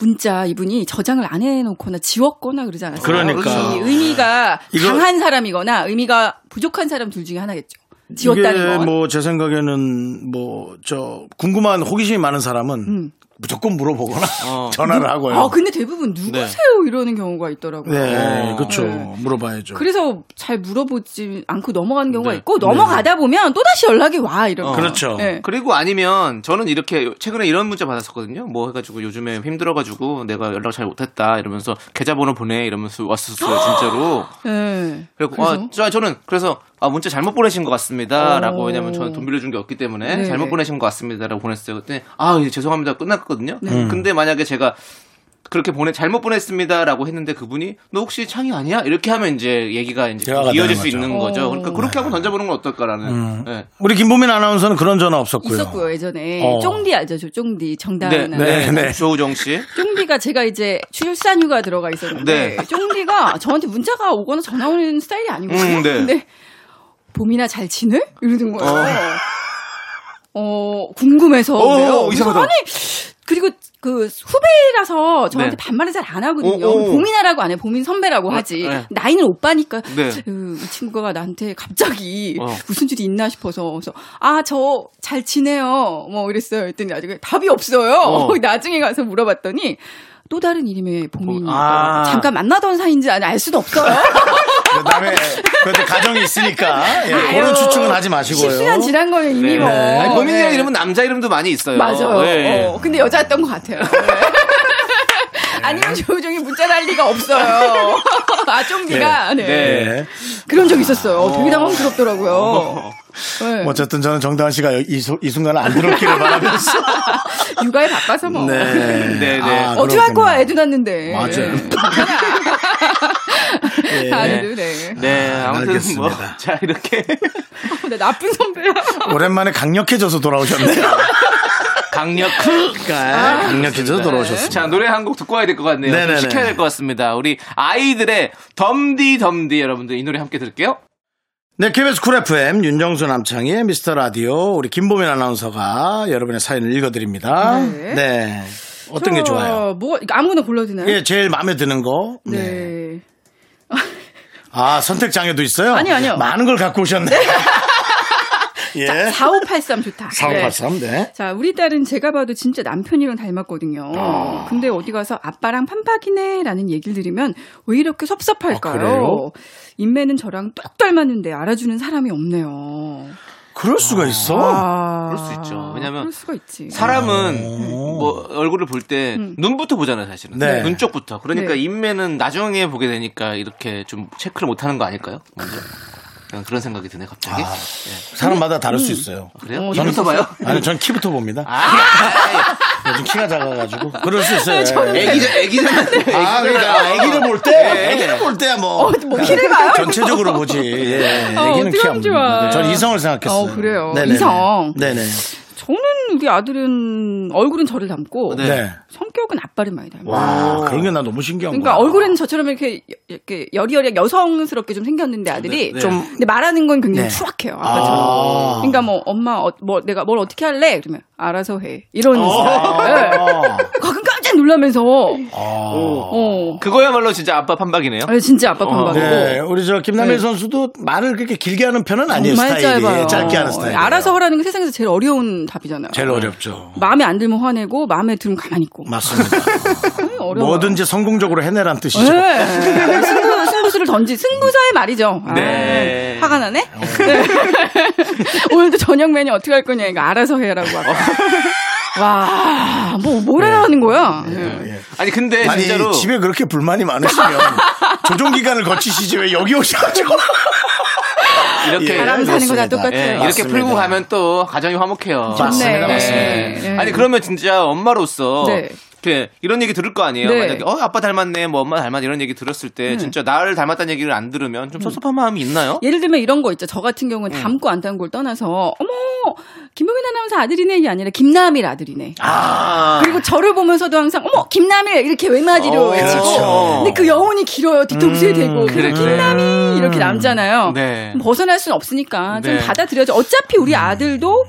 F: 문자 이분이 저장을 안 해놓거나 지웠거나 그러지 않았어요.
A: 그러니까.
F: 이 의미가
A: 이거-
F: 강한 사람이거나 의미가 부족한 사람 둘 중에 하나겠죠. 지웠다는
A: 이게
F: 건.
A: 뭐 제 생각에는 뭐 저 궁금한 호기심이 많은 사람은
F: 음.
A: 무조건 물어보거나 전화를 하고요.
F: 아 근데 대부분 누구세요 이러는 경우가 있더라고요.
A: 네, 그렇죠.
F: 네.
A: 물어봐야죠.
F: 그래서 잘 물어보지 않고 넘어가는 경우가 있고 넘어가다 보면 또 다시 연락이 와 이런. 거.
A: 네. 그렇죠.
F: 네.
B: 그리고 아니면 저는 이렇게 최근에 이런 문자 받았었거든요. 뭐 해가지고 요즘에 힘들어가지고 내가 연락 잘 못했다 이러면서 계좌번호 보내 이러면서 왔었어요 진짜로.
F: 네.
B: 그리고
F: 그래서?
B: 아, 저, 저는 그래서 아 문자 잘못 보내신 것 같습니다라고
F: 오.
B: 왜냐면 저는 돈 빌려준 게 없기 때문에
F: 네.
B: 잘못 보내신 것 같습니다라고 보냈어요. 그때 아 예, 죄송합니다 끝났거든요.
F: 네. 음.
B: 근데 만약에 제가 그렇게 보내 잘못 보냈습니다라고 했는데 그분이 너 혹시 창이 아니야 이렇게 하면 이제 얘기가 이제
A: 대화가 되는
B: 이어질 수
A: 거죠. 음.
B: 있는 거죠.
F: 오.
B: 그러니까 그렇게 한번 던져보는 건 어떨까라는. 예.
A: 우리 김보민 아나운서는 그런 전화 없었고요.
F: 있었고요 예전에
A: 어.
F: 쫑디 알죠, 저 쫑디
B: 네,
F: 정다은. 아나운서.
B: 네,
A: 네.
B: 조우정 씨.
F: 쫑디가 제가 이제 출산 휴가 들어가 있었는데
B: 네.
F: 쫑디가 저한테 문자가 오거나 전화 오는 스타일이 아니거든요.
B: 음, 네.
F: 근데 봄이나 잘 지내? 이러는 거예요. 어, 궁금해서.
B: 오,
F: 그래요.
B: 어, 이상하다.
F: 아니 그리고 그 후배라서
B: 네.
F: 저한테 반말을 잘 안 하거든요.
B: 오, 오.
F: 봄이나라고 안 해. 봄인 선배라고 하지.
B: 네.
F: 나이는 오빠니까
B: 네.
F: 그, 이 친구가 나한테 갑자기
B: 어.
F: 무슨 일이 있나 싶어서 그래서 아 저 잘 지내요 뭐 이랬어요 했더니 나중에 답이 없어요
B: 어.
F: 나중에 가서 물어봤더니 또 다른 이름의 봄이
B: 아.
F: 잠깐 만나던 사이인지 아니 알 수도 없어요
A: 그다음에 그래도 가정이 있으니까 예, 그런
F: 아유,
A: 추측은 하지 마시고요.
F: 실시간 지난 거예요 이미
B: 네.
F: 뭐
B: 아니, 범인이라는
F: 네.
B: 이름은 남자 이름도 많이 있어요.
F: 맞아요
B: 예, 예.
F: 어, 근데 여자였던 것 같아요 네. 아니면 조우종이 문자 날 리가 없어요 아종디가 네.
B: 네.
A: 예.
F: 그런 적 있었어요 되게 당황스럽더라고요 네.
A: 뭐 어쨌든 저는 정다은 씨가 이, 소- 이 순간을 안 들었기를 바라면서.
F: 육아에 바빠서 뭐
A: 네.
B: 네, 네.
F: 어떻게 할
A: 그렇군요.
F: 거야 애도 낳는데
A: 맞아요. 예.
F: 네. 아니도 네.
B: 네, 아무튼 뭐,
A: 알겠습니다.
B: 자, 이렇게
F: 어, 나 나쁜 선배야.
A: 오랜만에 강력해져서 돌아오셨네요.
B: 강력
A: 강력해져서 돌아오셨습니다.
B: 자, 노래 한 곡 듣고 와야 될 것 같네요.
A: 네네네.
B: 좀 시켜야 될 것 같습니다. 우리 아이들의 덤디 덤디 여러분들 이 노래 함께 들을게요.
A: 네, KBS 쿨 FM 윤정수 남창희의 미스터 라디오 우리 김보민 아나운서가 여러분의 사연을 읽어드립니다. 네.
F: 네.
A: 어떤 게
F: 저
A: 좋아요?
F: 뭐 이거 아무거나 골라도 되나요?
A: 예, 제일 마음에 드는 거.
F: 네.
A: 네. 아, 선택 장애도 있어요?
F: 아니요, 아니요.
A: 많은 걸 갖고 오셨네. 예.
F: 4583 좋다.
A: 4583, 네.
F: 자, 우리 딸은 제가 봐도 진짜 남편이랑 닮았거든요.
A: 아.
F: 근데 어디 가서 아빠랑 판박이네 라는 얘기를 들으면 왜
A: 아, 그래요?
F: 이렇게 섭섭할까요? 인매는 저랑 똑 닮았는데 알아주는 사람이 없네요.
A: 그럴 수가 있어?
F: 아,
B: 그럴 수 있죠. 왜냐면
F: 그럴 수가 있지.
B: 사람은 뭐 얼굴을 볼 때 눈부터 보잖아요, 사실은.
A: 음. 네.
B: 눈 쪽부터. 그러니까
F: 음. 네.
B: 인매는 나중에 보게 되니까 이렇게 좀 체크를 못 하는 거 아닐까요? 먼저. 그냥 그런 생각이 드네, 갑자기.
A: 아.
B: 예.
A: 사람마다 다를 수 있어요.
B: 그래요?
F: 어,
B: 이부터 봐요?
A: 아니, 전 키부터 봅니다.
B: 아, 아,
A: 요즘 키가 작아가지고. 그럴 수 있어요. 예.
B: 애기죠, 애기죠.
A: 아, 그러니까 아기를 볼 때,
B: 네.
A: 아기를 볼 때야 뭐.
F: 예. 뭐 키를 봐요?
A: 전체적으로 보지. 예.
F: 아,
A: 얘기는
F: 어떻게
A: 키
F: 하면 좋아.
A: 전 이성을 생각했어요.
F: 어, 그래요.
A: 네네네.
F: 이성.
A: 네네.
F: 저는 우리 아들은 얼굴은 저를 닮고
A: 네.
F: 성격은 아빠를 많이 닮아요.
A: 와, 그런 게 나 너무 신기한
F: 그러니까
A: 거야.
F: 얼굴에는 저처럼 이렇게 이렇게 여리여리 여성스럽게 좀 생겼는데 아들이
B: 네, 네.
F: 좀 근데 말하는 건 굉장히
A: 네.
F: 추악해요 아빠처럼.
A: 아.
F: 그러니까 뭐 엄마 어, 뭐 내가 뭘 어떻게 할래? 그러면 알아서 해 이런 스타일. 예.
A: 아.
F: 가끔 깜짝 깜짝 놀라면서 어.
B: 그거야말로 진짜 아빠 판박이네요.
F: 아, 진짜 아빠 반가워.
A: 네, 우리 저 김남일
F: 네.
A: 선수도 말을 그렇게 길게 하는 편은 아니에요.
F: 정말
A: 스타일이
F: 짧아요.
A: 짧게 하는 스타일.
F: 알아서 하라는 게 세상에서 제일 어려운 답이잖아요.
A: 제일 어렵죠.
F: 마음에 안 들면 화내고 마음에 들면 가만히 있고. 네,
A: 맞습니다.
F: 어려워.
A: 뭐든지 성공적으로 해내란 뜻이죠.
F: 네. 승부, 승부수를 던지 승부사의 말이죠. 아,
B: 네.
F: 화가 나네. 네. 오늘도 저녁 메뉴 어떻게 할 거냐 이거 알아서 해라고 하고. 와, 뭐뭘 하라는 거야? 네.
B: 아니 근데
A: 아니
B: 진짜로
A: 집에 그렇게 불만이 많으시면 조정 기간을 거치시지 왜 여기 오셔가지고
B: 이렇게
A: 예,
F: 사람 사는 거다
A: 그렇습니다.
F: 똑같아요.
B: 예, 이렇게
A: 네, 맞습니다.
B: 풀고 가면 또 가정이 화목해요.
A: 맞습니다,
F: 네.
A: 맞습니다.
F: 네.
B: 아니 그러면 진짜 엄마로서
F: 네.
B: 이렇게 이런 얘기 들을 거 아니에요.
F: 네.
B: 만약에 어 아빠 닮았네, 뭐 엄마 닮았 네 이런 얘기 들었을 때 진짜 나를 닮았다는 얘기를 안 들으면 좀 섭섭한 마음이 있나요?
F: 예를 들면 이런 거 있죠. 저 같은 경우는 닮고 안 닮고를 떠나서 어머 김보민 아나운서 아들이네 이게 아니라 김남일 아들이네.
B: 아
F: 그리고 저를 보면서도 항상 어머 김남일 이렇게 외마디로
B: 어,
F: 외치고
B: 그렇죠.
F: 근데 그 여운이 길어요 뒤통수에 대고
B: 그래,
F: 그리고
B: 그래.
F: 김남이 이렇게 남잖아요
B: 네.
F: 벗어날 수는 없으니까 좀
B: 네.
F: 받아들여줘 어차피 우리 아들도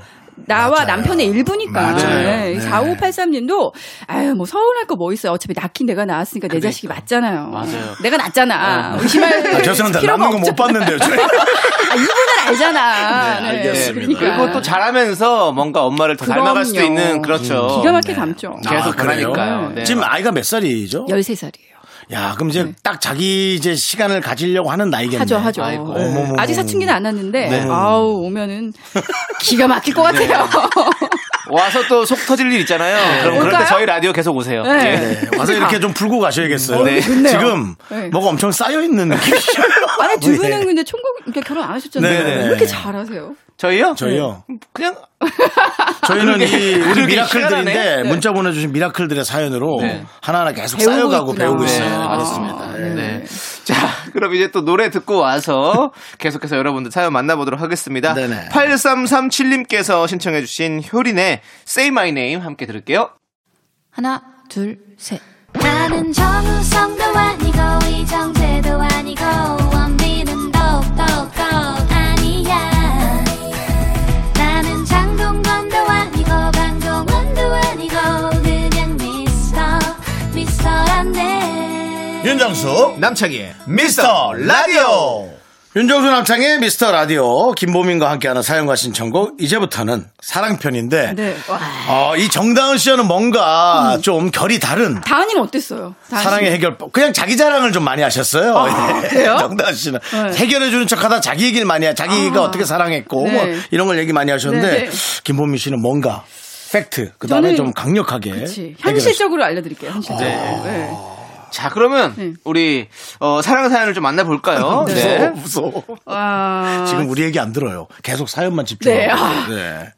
F: 나와 남편의 일부니까.
A: 맞아요.
F: 네.
A: 네.
F: 4583님도, 아유, 뭐 서운할 거 뭐 있어요. 어차피 낳긴 내가 낳았으니까 내 자식이 맞잖아요.
B: 맞아요.
F: 내가 낳잖아. 뭐 의심할
A: 아, 죄송합니다.
F: 필요가
A: 남는 거 못
F: 없죠.
A: 봤는데요. 저희.
F: 아, 이분을 알잖아.
A: 네, 알겠습니다.
B: 그리고 또 자라면서 뭔가 엄마를 더 닮아갈 수도
F: 그러니까. 그럼요. 음,
B: 있는 그렇죠.
F: 기가 막히게 담죠.
B: 계속
A: 아, 그래요?
F: 음.
B: 그러니까요. 네.
A: 지금 아이가 몇 살이죠?
F: 13살이에요.
A: 야, 그럼 이제 딱 자기 이제 시간을 가지려고 하는 나이겠네.
F: 네. 하죠, 하죠.
B: 아이고.
F: 네.
A: 어머머머.
F: 아직 사춘기는 안 왔는데,
A: 네.
F: 아우, 오면은 기가 막힐 것 같아요.
A: 네.
B: 와서 또 속 터질 일 있잖아요. 그럼 그럴 때
F: 올까요?
B: 저희 라디오 계속 오세요.
F: 네.
B: 예.
A: 네, 와서 이렇게 좀 풀고 가셔야겠어요.
B: 네.
F: 좋네요.
A: 지금
F: 네.
A: 뭐가 엄청 쌓여 있는 느낌이죠.
F: 아니, 두 분은
A: 네.
F: 근데 총각, 그러니까 결혼 안 하셨잖아요.
A: 네, 네,
F: 왜
A: 네.
F: 이렇게 잘하세요?
B: 저희요? 음,
A: 저희요.
B: 그냥
F: 네.
A: 저희는
B: 그러게.
A: 이 우리
B: 그러게
A: 미라클들인데
B: 희한하네.
A: 문자 보내주신 미라클들의 사연으로
B: 네.
A: 하나하나 계속
F: 배우고
A: 쌓여가고
F: 있구나. 아,
A: 배우고
B: 네,
A: 있어요.
B: 맞습니다. 네. 자, 그럼 이제 또 노래 듣고 와서 계속해서 여러분들 사연 만나보도록 하겠습니다.
A: 네네.
B: 8337님께서 신청해주신 효린의 Say My Name 함께 들을게요.
G: 하나, 둘, 셋.
D: 나는 정우성도 아니고 이정재도 아니고 원빈은 더욱더 아니야 나는 장동건도 아니고 방종원도 아니고 그냥 미스터 미스터란데
E: 윤정수
B: 남창희의
E: 미스터 라디오
A: 윤정수 남창의 미스터 라디오 김보민과 함께하는 사연과 신청곡 이제부터는 사랑편인데
F: 네. 와.
A: 어, 이 정다은 씨와는 뭔가 좀 결이 다른
F: 다은이는 어땠어요? 다은
A: 사랑의 해결법. 그냥 자기 자랑을 좀 많이 하셨어요. 예.
F: 아, 그래요?
A: 정다은 씨는
F: 네.
A: 해결해주는 척하다 자기 얘기를 많이 하. 자기가
F: 아.
A: 어떻게 사랑했고
F: 네.
A: 뭐 이런 걸 얘기 많이
F: 네,
A: 하셨는데
F: 네.
A: 김보민 씨는 뭔가 팩트 그다음에
F: 저는-
A: 좀 강력하게
F: 그치.
A: 해결했어요.
F: 현실적으로 알려드릴게요. 현실적으로. 네.
B: 자, 그러면
F: 네.
B: 우리 어, 사랑 사연을 좀 만나볼까요? 네.
A: 네. 무서워, 무서워.
F: 아,
A: 지금 우리 얘기 안 들어요. 계속 사연만 집중하고.
F: 네, 아.
A: 네.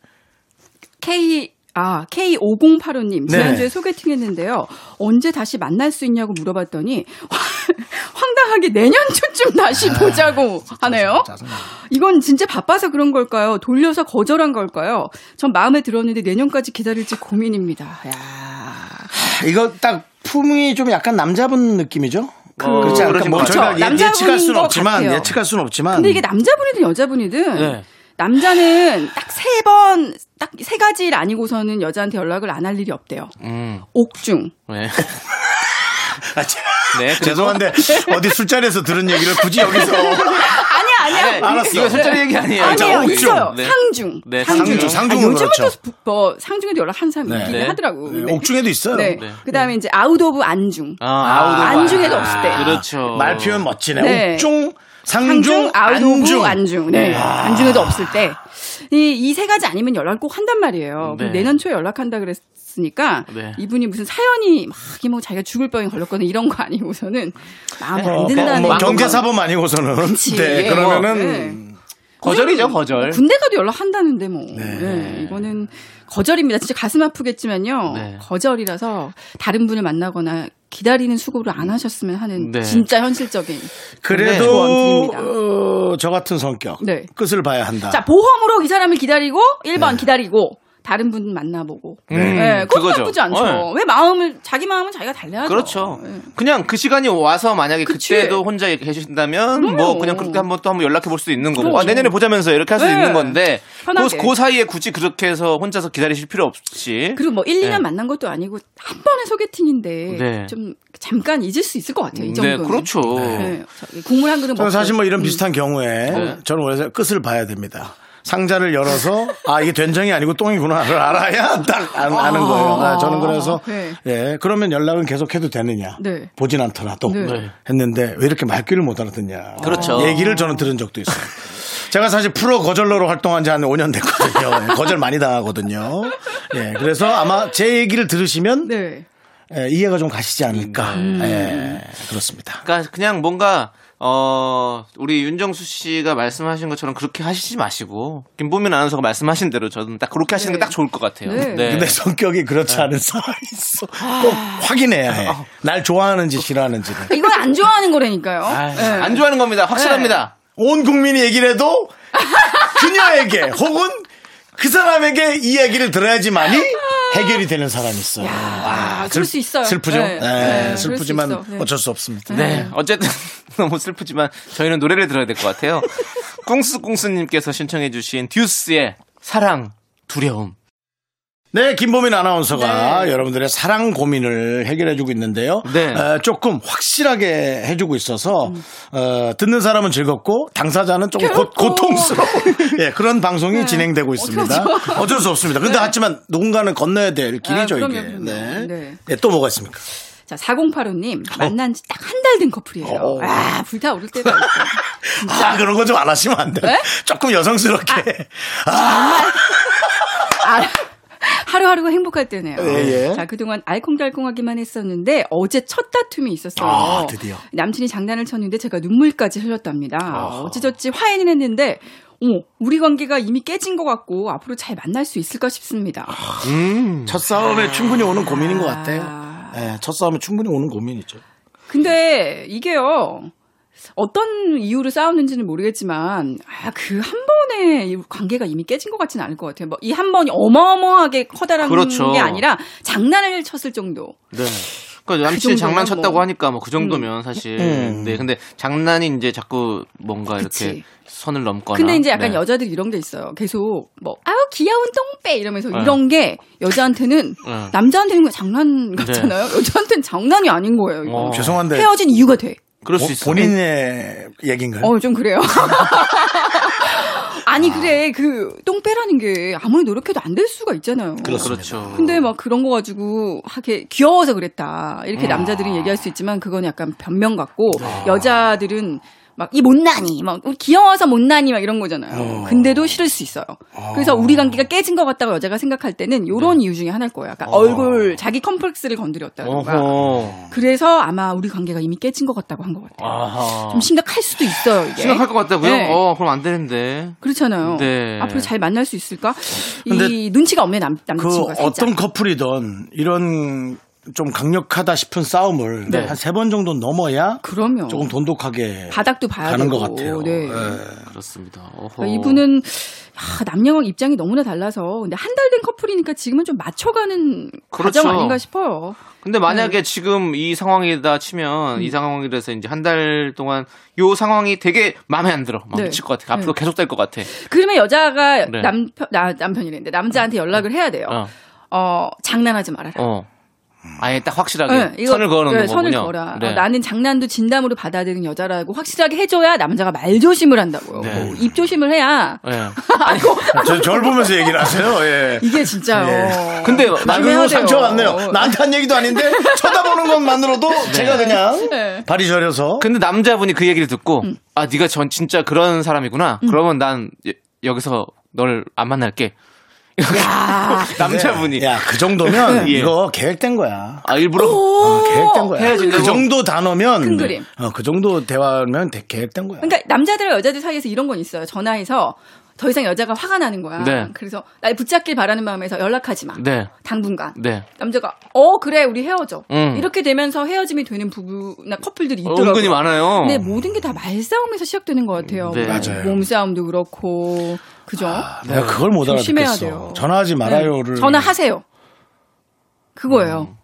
F: K 아, K5085님.
A: 네.
F: 지난주에 소개팅했는데요. 언제 다시 만날 수 있냐고 물어봤더니, 황당하게 내년쯤 다시
A: 아,
F: 보자고 하네요.
A: 짜증나.
F: 이건 진짜 바빠서 그런 걸까요? 돌려서 거절한 걸까요? 전 마음에 들었는데 내년까지 기다릴지 고민입니다. 야
A: 이거 딱 품이 좀 약간 남자분 느낌이죠? 그렇지 않을까? 뭐
B: 그렇죠.
A: 저희가 예-
F: 남자분인
A: 예측할 수는
F: 것
A: 없지만
F: 같아요.
A: 예측할 수는 없지만
F: 근데 이게 남자분이든 여자분이든
B: 네.
F: 남자는 딱 세 번, 딱 세 가지를 아니고서는 여자한테 연락을 안 할 일이 없대요.
B: 음,
F: 옥중.
B: 네.
A: 아, 제-
B: 네, 그리고-
A: 죄송한데 어디 술자리에서 들은 얘기를 굳이 여기서
F: 아니야, 아니야.
B: 네, 이거 술자리 얘기 아니에요.
F: 아니에요,
B: 옥중.
F: 있어요.
B: 네.
F: 상중.
B: 네,
A: 상중, 상중으로
F: 아, 요즘은
A: 그렇죠.
F: 또, 뭐, 상중에도 연락한 사람이
A: 네.
F: 있긴
B: 네.
F: 하더라고. 네.
A: 옥중에도 있어요.
F: 네.
B: 네.
F: 그 다음에 이제 아웃 오브 안중.
B: 아, 아우도
F: 안중에도
B: 아,
F: 없을 때.
B: 그렇죠.
A: 말 표현 멋지네.
F: 네.
A: 옥중,
F: 상중,
A: 상중,
F: 아웃
A: 안중. 아.
F: 오브 안중. 네. 안중에도 없을 때. 이, 이 세 가지 아니면 연락을 꼭 한단 말이에요. 그럼
B: 네.
F: 내년 초에 연락한다 그랬으니까
B: 네.
F: 이분이 무슨 사연이 막 이게 뭐 자기가 죽을 병에 걸렸거나 이런 거 아니고서는 마음에 안 든다는
A: 뭐
F: 거.
A: 경제사범 아니고서는 네
B: 예,
A: 그러면은
F: 네.
B: 거절이죠, 거절.
F: 군대 가도 연락한다는데 뭐. 네, 이거는 거절입니다. 진짜 가슴 아프겠지만요.
B: 네.
F: 거절이라서 다른 분을 만나거나 기다리는 수고를 안 하셨으면 하는
B: 네.
F: 진짜 현실적인.
A: 그래도
F: 조언 드립니다.
A: 어, 저 같은 성격
F: 네.
A: 끝을 봐야 한다.
B: 아.
F: 자, 보험으로 이 사람을 기다리고 1번 기다리고 다른 분 만나보고.
B: 네. 음,
F: 예, 그것도
B: 그거죠.
F: 나쁘지 않죠.
B: 어.
F: 왜 마음을 자기 마음은 자기가 달래야죠.
B: 그렇죠.
F: 예.
B: 그냥 그 시간이 와서 만약에 그
F: 그치.
B: 때도 혼자 이렇게 계신다면
F: 그럼요.
B: 뭐 그냥 그렇게 한번 또 한번 연락해 볼 수도 있는 거고
F: 그럼요.
B: 아, 내년에 보자면서 이렇게 할 수
F: 네.
B: 있는 건데 그,
F: 편하게.
B: 그 사이에 굳이 그렇게 해서 혼자서 기다리실 필요 없이
F: 그리고 뭐 1, 2년
B: 예.
F: 만난 것도 아니고 한 번의 소개팅인데
B: 네.
F: 좀 잠깐 잊을 수 있을 것 같아요. 이
B: 네
F: 정도는.
B: 그렇죠.
F: 예, 저기 국물 한 그릇 먹고.
A: 저는 사실 뭐
F: 음.
A: 이런 비슷한 경우에
B: 네.
A: 저는 원래 끝을 봐야 됩니다. 상자를 열어서 아 이게 된장이 아니고 똥이구나를 알아야 딱 아, 는 거예요. 아, 저는 그래서
F: 네.
A: 예 그러면 연락은 계속해도 되느냐
F: 네.
A: 보진 않더라도
F: 네.
B: 네.
A: 했는데 왜 이렇게 말귀를 못 알아듣냐
B: 그렇죠.
A: 얘기를 저는 들은 적도 있어요. 제가 사실 프로 거절러로 활동한 지 한 5년 됐거든요. 거절 많이 당하거든요. 예, 그래서 아마 제 얘기를 들으시면
F: 네. 음.
A: 예, 이해가 좀 가시지 않을까. 예, 그렇습니다.
B: 그러니까 그냥 뭔가 어 우리 윤정수 씨가 말씀하신 것처럼 그렇게 하시지 마시고 김보민 아나운서가 말씀하신 대로 저는 딱 그렇게 하시는
F: 네.
B: 게 딱 좋을 것 같아요.
F: 네.
A: 근데 성격이 그렇지 않은 사람이 있어. 꼭 확인해야 해. 날 좋아하는지 싫어하는지를.
F: 이걸 안 좋아하는 거라니까요.
B: 아이,
F: 예.
B: 안 좋아하는 겁니다.
F: 네.
B: 확실합니다.
A: 온 국민이 얘기를 해도 그녀에게 혹은 그 사람에게 이야기를 들어야지만이 해결이 되는 사람이 있어요. 와,
F: 아,
B: 아,
F: 그럴 수 있어요.
A: 슬프죠?
F: 네.
A: 네,
F: 네, 그럴 수
A: 슬프지만 뭐
F: 있어. 네.
A: 어쩔 수 없습니다.
B: 네. 어쨌든 너무 슬프지만 저희는 노래를 들어야 될 것 같아요. 꽁스꽁스님께서 신청해주신 듀스의 사랑 두려움.
A: 네, 김보민 아나운서가 여러분들의 사랑 고민을 해결해주고 있는데요.
B: 네.
A: 어, 조금 확실하게 해주고 있어서 어, 듣는 사람은 즐겁고 당사자는 조금 고,
F: 괴롭고.
A: 고통스러운 예, 그런 방송이 진행되고 있습니다. 어쩔 수 없습니다. 근데 하지만 누군가는 건너야 될 길이죠
F: 아, 그럼요,
A: 이게.
F: 그럼요.
A: 네.
F: 네.
A: 네, 또 뭐가 있습니까?
F: 자, 4085님
B: 어.
F: 만난 지 딱 한 달 된 커플이에요.
A: 어.
F: 아, 불타오를 때가 있어요.
A: 아 그런 거 좀 안 하시면 안 돼. 요
F: 네?
A: 조금 여성스럽게.
F: 아, 하루하루가 행복할 때네요.
A: 예, 예.
F: 자, 그동안 알콩달콩하기만 했었는데 어제 첫 다툼이 있었어요.
A: 아, 드디어.
F: 남친이 장난을 쳤는데 제가 눈물까지 흘렸답니다. 어찌저찌 화해는 했는데 어머, 우리 관계가 이미 깨진 것 같고 앞으로 잘 만날 수 있을까 싶습니다.
A: 첫 싸움에 충분히 오는 고민인 것
F: 아.
A: 같아요. 예, 첫 싸움에 충분히 오는 고민이죠.
F: 근데 이게요. 어떤 이유로 싸웠는지는 모르겠지만 아, 그 한 번에 이 관계가 이미 깨진 것 같지는 않을 것 같아요. 뭐 이 한 번이 어마어마하게 커다란
B: 그렇죠.
F: 게 아니라 장난을 쳤을 정도.
B: 네. 그러니까 남친이
F: 정도면
B: 장난쳤다고
F: 뭐. 음.
B: 하니까 뭐 그 정도면 사실. 네. 근데 장난이 이제 자꾸 뭔가
F: 그치.
B: 이렇게 선을 넘거나.
F: 근데 이제 약간
B: 네.
F: 여자들이 이런 게 있어요. 계속 뭐 아우 귀여운 똥배 이러면서
B: 네.
F: 이런 게 여자한테는
B: 네.
F: 남자한테는 그냥 장난 같잖아요. 여자한테는 장난이 아닌 거예요. 이거.
B: 어.
A: 죄송한데
F: 헤어진 이유가 돼.
B: 그럴
A: 보-
B: 수 있어요.
A: 본인의 얘기인가요?
F: 어, 좀 그래요. 아니, 그래. 그, 똥배라는 게 아무리 노력해도 안 될 수가 있잖아요.
B: 그렇죠.
F: 근데 막 그런 거 가지고, 아, 걔 귀여워서 그랬다. 이렇게 남자들은 얘기할 수 있지만, 그건 약간 변명 같고, 여자들은 막, 이 못나니, 막, 우리 귀여워서 못나니, 막 이런 거잖아요. 근데도 싫을 수 있어요. 그래서 우리 관계가 깨진 것 같다고 여자가 생각할 때는, 요런 이유 중에 하나일 거예요. 약간 얼굴, 자기 컴플렉스를
B: 어.
F: 건드렸다던가.
B: 어허.
F: 그래서 아마 우리 관계가 이미 깨진 것 같다고 한 것 같아요.
B: 아하.
F: 좀 심각할 수도 있어요, 이게.
B: 생각할 것 같다고요?
F: 네.
B: 어, 그럼 안 되는데.
F: 그렇잖아요.
B: 네.
F: 앞으로 잘 만날 수 있을까? 이
A: 근데
F: 눈치가 없네 남
A: 그
F: 남친과 살짝.
A: 어떤 커플이든 이런 좀 강력하다 싶은 싸움을
B: 네.
A: 한 세 번 정도 넘어야
F: 그럼요.
A: 조금 돈독하게
F: 바닥도 봐야
A: 네. 가는
F: 되고.
A: 것 같아요.
F: 네.
A: 예.
B: 그렇습니다.
F: 그러니까
B: 어허.
F: 이분은 야, 남녀 입장이 너무나 달라서 근데 한 달 된 커플이니까 지금은 좀 맞춰가는
B: 그렇죠.
F: 과정 아닌가 싶어요.
B: 근데
F: 네.
B: 만약에 지금 이 상황이다 치면
F: 음.
B: 이 상황이라서 이제 한 달 동안 요 상황이 되게 마음에 안 들어. 막
F: 네.
B: 미칠 것 같아. 앞으로 계속 될 것 같아.
F: 그러면 여자가
B: 네.
F: 남편 나, 남편이랬는데 남자한테 연락을 해야 돼요.
B: 어.
F: 어, 장난하지 말아라.
B: 어. 아예 딱 확실하게
F: 네, 이거-
B: 선을 걸어 놓는
F: 네, 선을
B: 거군요.
F: 걸어라.
B: 네.
F: 어, 나는 장난도 진담으로 받아들이는 여자라고 확실하게 해줘야 남자가 말 조심을 한다고요. 뭐
B: 네.
F: 입 조심을 해야
B: 네.
A: 저, 절 보면서 얘기를 하세요. 예.
F: 이게 진짜요. 어,
B: 근데
A: 난 그거
F: 조심해야 돼요.
A: 네.
F: 어.
A: 상처 같네요. 나한테 한 얘기도 아닌데 쳐다보는 것만으로도 제가 그냥
F: 네.
A: 발이 저려서
B: 근데 남자분이 그 얘기를 듣고
F: 음.
B: 아 네가 전 진짜 그런 사람이구나. 그러면 난 여- 여기서 널 안 만날게.
F: 야.
B: 남자분이
A: 야 그 정도면
F: 네.
B: 예.
A: 이거 계획된 거야.
B: 아 일부러
A: 어, 계획된 거야.
B: 헤어지려고.
A: 그 정도 단어면
F: 큰 그림.
A: 어, 그 정도 대화면 대- 계획된 거야.
F: 그러니까 남자들 여자들 사이에서 이런 건 있어요. 전화해서 더 이상 여자가 화가 나는 거야.
B: 네.
F: 그래서 날 붙잡길 바라는 마음에서 연락하지 마.
B: 네.
F: 당분간.
B: 네.
F: 남자가 어 그래 우리 헤어져.
B: 음.
F: 이렇게 되면서 헤어짐이 되는 부부나
B: 어,
F: 커플들이 있더라고요. 네,
B: 은근히 많아요.
F: 근데 모든 게 다 말싸움에서 시작되는 것 같아요.
B: 네.
F: 뭐
A: 맞아요.
F: 몸싸움도 그렇고 그죠?
A: 내가 그걸 못
F: 조심해야
A: 알아듣겠어.
F: 돼요.
A: 아, 전화하지 말아요를.
F: 네. 전화하세요. 그거예요.
B: 음.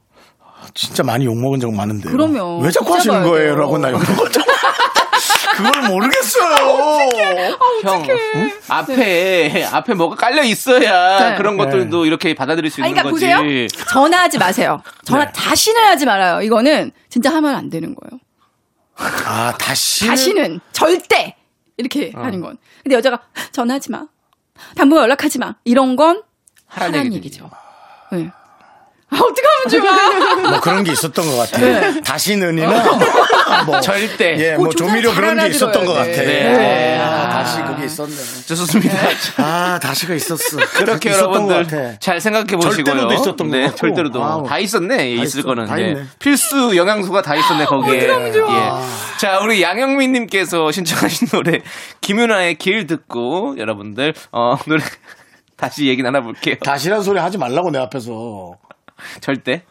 A: 진짜 많이 욕먹은 적 많은데.
F: 그럼요.
A: 왜 자꾸 하시는
F: 찾아봐야
A: 거예요?
F: 돼요.
A: 라고 나 욕먹은 적 그걸 모르겠어요.
B: 형 응? 앞에 앞에 뭐가 깔려 있어야
F: 네.
B: 그런 것들도 이렇게 받아들일 수
F: 아니,
B: 있는
F: 그러니까
B: 거지.
F: 보세요. 전화하지 마세요.
A: 네.
F: 전화 다시는 하지 말아요. 이거는 진짜 하면 안 되는 거예요.
A: 아, 다시.
F: 다시는 절대 이렇게 하는 건. 근데 여자가 전화하지 마. 당분간 연락하지 마. 이런 건
B: 하라는
F: 하라는,
B: 얘기지.
F: 얘기죠. 네. 아, 어떡하면 좋아.
A: 뭐 그런 게 있었던 것 같아.
F: 네.
A: 다시는이나. 뭐,
B: 절대.
A: 예, 뭐
F: 그 조사
A: 조미료 그런 게
F: 잘하나
A: 있었던 것 같아.
F: 들어야 돼.
B: 네.
A: 아, 다시 그게 있었네.
B: 좋습니다.
A: 아, 다시가 있었어.
B: 그렇게
A: 있었던 것
B: 여러분들
A: 같아.
B: 잘 생각해 보시고요.
A: 절대로도 있었던 것
B: 네,
A: 같고.
B: 절대로도
A: 와우.
B: 다 있었네. 예, 있을
A: 있어.
B: 거는
A: 다
B: 예.
A: 있네.
B: 필수 영양소가 다 있었네 거기에. 예. 자 우리 양영민님께서 신청하신 노래 김윤아의 길 듣고 여러분들 어 노래 다시 얘기 나눠볼게요.
A: 다시란 소리 하지 말라고 내 앞에서.
B: 절대.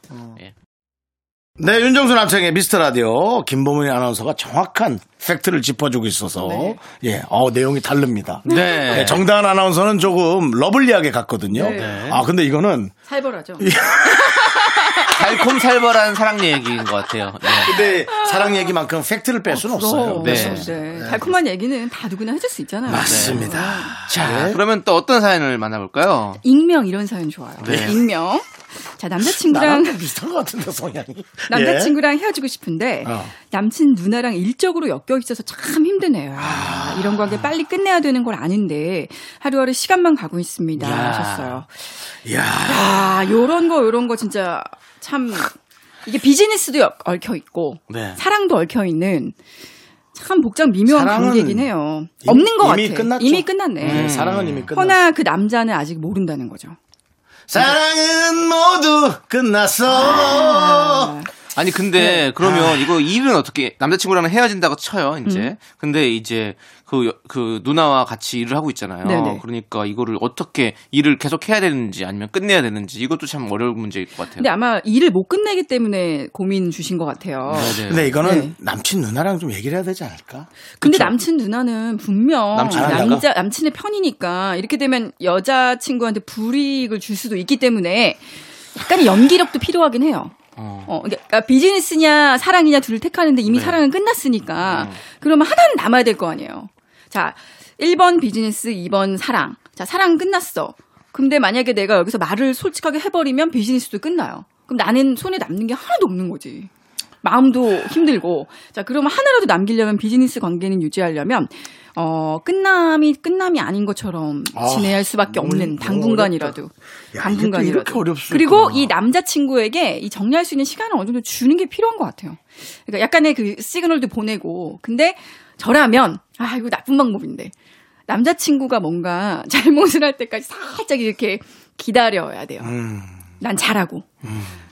A: 네, 윤정수 남창의 미스터 라디오 김보민 아나운서가 정확한 팩트를 짚어주고 있어서
F: 네.
A: 예, 어 내용이 다릅니다.
B: 네.
A: 예, 정다은 아나운서는 조금 러블리하게 갔거든요.
F: 네.
A: 아 근데 이거는
F: 살벌하죠.
B: 달콤살벌한 사랑 얘기인 것 같아요.
A: 예.
B: 네.
A: 근데 사랑 얘기만큼 팩트를 뺄 수는 없어요.
F: 부러워.
B: 네.
F: 네. 달콤한 얘기는 다 누구나 해줄 수 있잖아요. 네.
A: 맞습니다.
B: 자 그러면 또 어떤 사연을 만나볼까요?
F: 익명 이런 사연 좋아요. 익명. 자, 남자친구랑
A: 나랑 비슷한 것 같은데 성향이.
F: 네.
A: 예.
F: 남자친구랑 헤어지고 싶은데
A: 어.
F: 남친 누나랑 일적으로 엮여 있어서 참 힘드네요. 이런 관계 빨리 끝내야 되는 걸 아닌데 하루하루 시간만 가고 있습니다. 하셨어요.
A: 예. 야,
F: 야, 아, 요런 거 요런 거 진짜 참 이게 비즈니스도 엮- 얽혀 있고
A: 네.
F: 사랑도 얽혀 있는 참 복잡 미묘한
A: 사랑은
F: 관계긴 해요.
A: 이미-
F: 없는 것
A: 이미
F: 같아.
A: 끝났죠.
F: 이미 끝났네.
A: 네, 사랑은 이미 끝났어.
F: 허나 그 남자는 아직 모른다는 거죠.
A: 사랑은 모두 끝났어.
F: 아.
B: 아니 근데
F: 네.
B: 그러면 이거 일은 어떻게 남자친구랑 헤어진다고 쳐요 이제
F: 음.
B: 근데 이제 그, 여- 그 누나와 같이 일을 하고 있잖아요
F: 네네.
B: 그러니까 이거를 어떻게 일을 계속 해야 되는지 아니면 끝내야 되는지 이것도 참 어려운 문제일 것 같아요
F: 근데 아마 일을 못 끝내기 때문에 고민 주신 것 같아요.
B: 네, 네.
A: 근데 이거는
F: 네.
A: 남친 누나랑 좀 얘기를 해야 되지 않을까?
F: 근데 남친 누나는 분명
B: 남친
A: 누나가?
F: 남자 남친의 편이니까 이렇게 되면 여자 친구한테 불이익을 줄 수도 있기 때문에 약간의 연기력도 필요하긴 해요.
B: 어.
F: 어, 그러니까 비즈니스냐 사랑이냐 둘을 택하는데 이미
A: 네.
F: 사랑은 끝났으니까 그러면 하나는 남아야 될 거 아니에요. 자, 1번 비즈니스, 2번 사랑. 자, 사랑 끝났어. 근데 만약에 내가 여기서 말을 솔직하게 해버리면 비즈니스도 끝나요. 그럼 나는 손에 남는 게 하나도 없는 거지. 마음도 힘들고. 자, 그러면 하나라도 남기려면 비즈니스 관계는 유지하려면 어, 끝남이 끝남이 아닌 것처럼
A: 아,
F: 지내야 할 수밖에 없는
A: 너무
F: 당분간이라도.
A: 야,
F: 당분간이라도.
A: 이게 또 이렇게 어렵습니까?
F: 그리고 이 남자친구에게 이 정리할 수 있는 시간을 어느 정도 주는 게 필요한 것 같아요. 그러니까 약간의 그 시그널도 보내고. 근데 저라면, 아, 이거 나쁜 방법인데. 남자친구가 뭔가 잘못을 할 때까지 살짝 이렇게 기다려야 돼요.
A: 음.
F: 난 잘하고.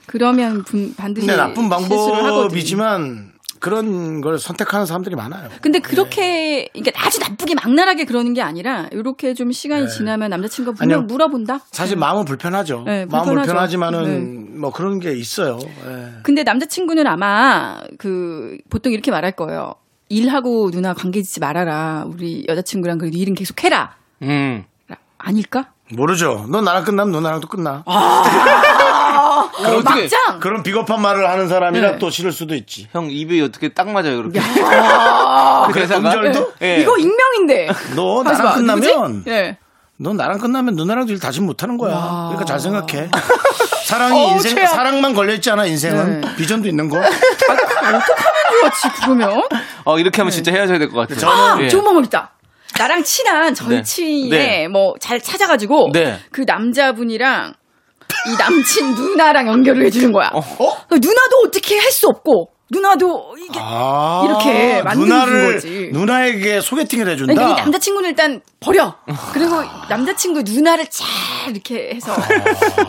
F: 그러면 분- 반드시.
A: 근데 네, 나쁜
F: 네, 실수를 하거든요.
A: 방법이지만 그런 걸 선택하는 사람들이 많아요.
F: 근데
A: 네.
F: 그렇게 이게 아주 나쁘게 막나라하게 그러는 게 아니라 이렇게 좀 시간이 지나면 남자친구가 분명
A: 네. 아니요.
F: 물어본다.
A: 사실 마음은 불편하죠.
F: 네,
A: 마음
F: 불편하죠. 네.
A: 불편하지만은 뭐 그런 게 있어요.
B: 음.
A: 예.
F: 근데 남자친구는 아마 그 보통 이렇게 말할 거예요. 일하고 누나 관계 짓지 말아라. 우리 여자친구랑 그래도 일은 계속 해라.
B: 음.
F: 아닐까?
A: 모르죠. 넌 나랑 끝나면 누나랑도 끝나.
F: 아.
B: 그럼 어떻게
F: 막장.
A: 그런 비겁한 말을 하는 사람이라
F: 네.
A: 또 싫을 수도 있지.
B: 형 입이 어떻게 딱 맞아요 그렇게 그 대사가?
A: 음절도?
B: 예.
F: 네. 이거 익명인데.
A: 너
F: 하지
A: 나랑
F: 마.
A: 끝나면
F: 누구지? 예.
A: 너 나랑 끝나면 누나랑도 일 다시 못하는 거야. 그러니까 잘 생각해. 사랑이
F: 어우,
A: 인생
F: 최악.
A: 사랑만 걸려 있지 않아 인생은
F: 네.
A: 비전도 있는 거.
F: 그렇지 그러면
B: 어 이렇게 하면 진짜 헤어져야 될 것 같아요
F: 아,
B: 예.
F: 좋은 방법 있다. 나랑 친한 절친의
B: 네.
F: 뭐 잘 찾아가지고
B: 네.
F: 그 남자분이랑 이 남친 누나랑 연결을 해주는
B: 어?
F: 거야. 그러니까 누나도 어떻게 할 수 없고 누나도 이게
A: 아,
F: 이렇게 만드는
A: 누나를
F: 거지.
A: 누나에게 소개팅을 해준다.
F: 그러니까 이 남자친구는 일단 버려. 그리고 남자친구 누나를 잘 이렇게 해서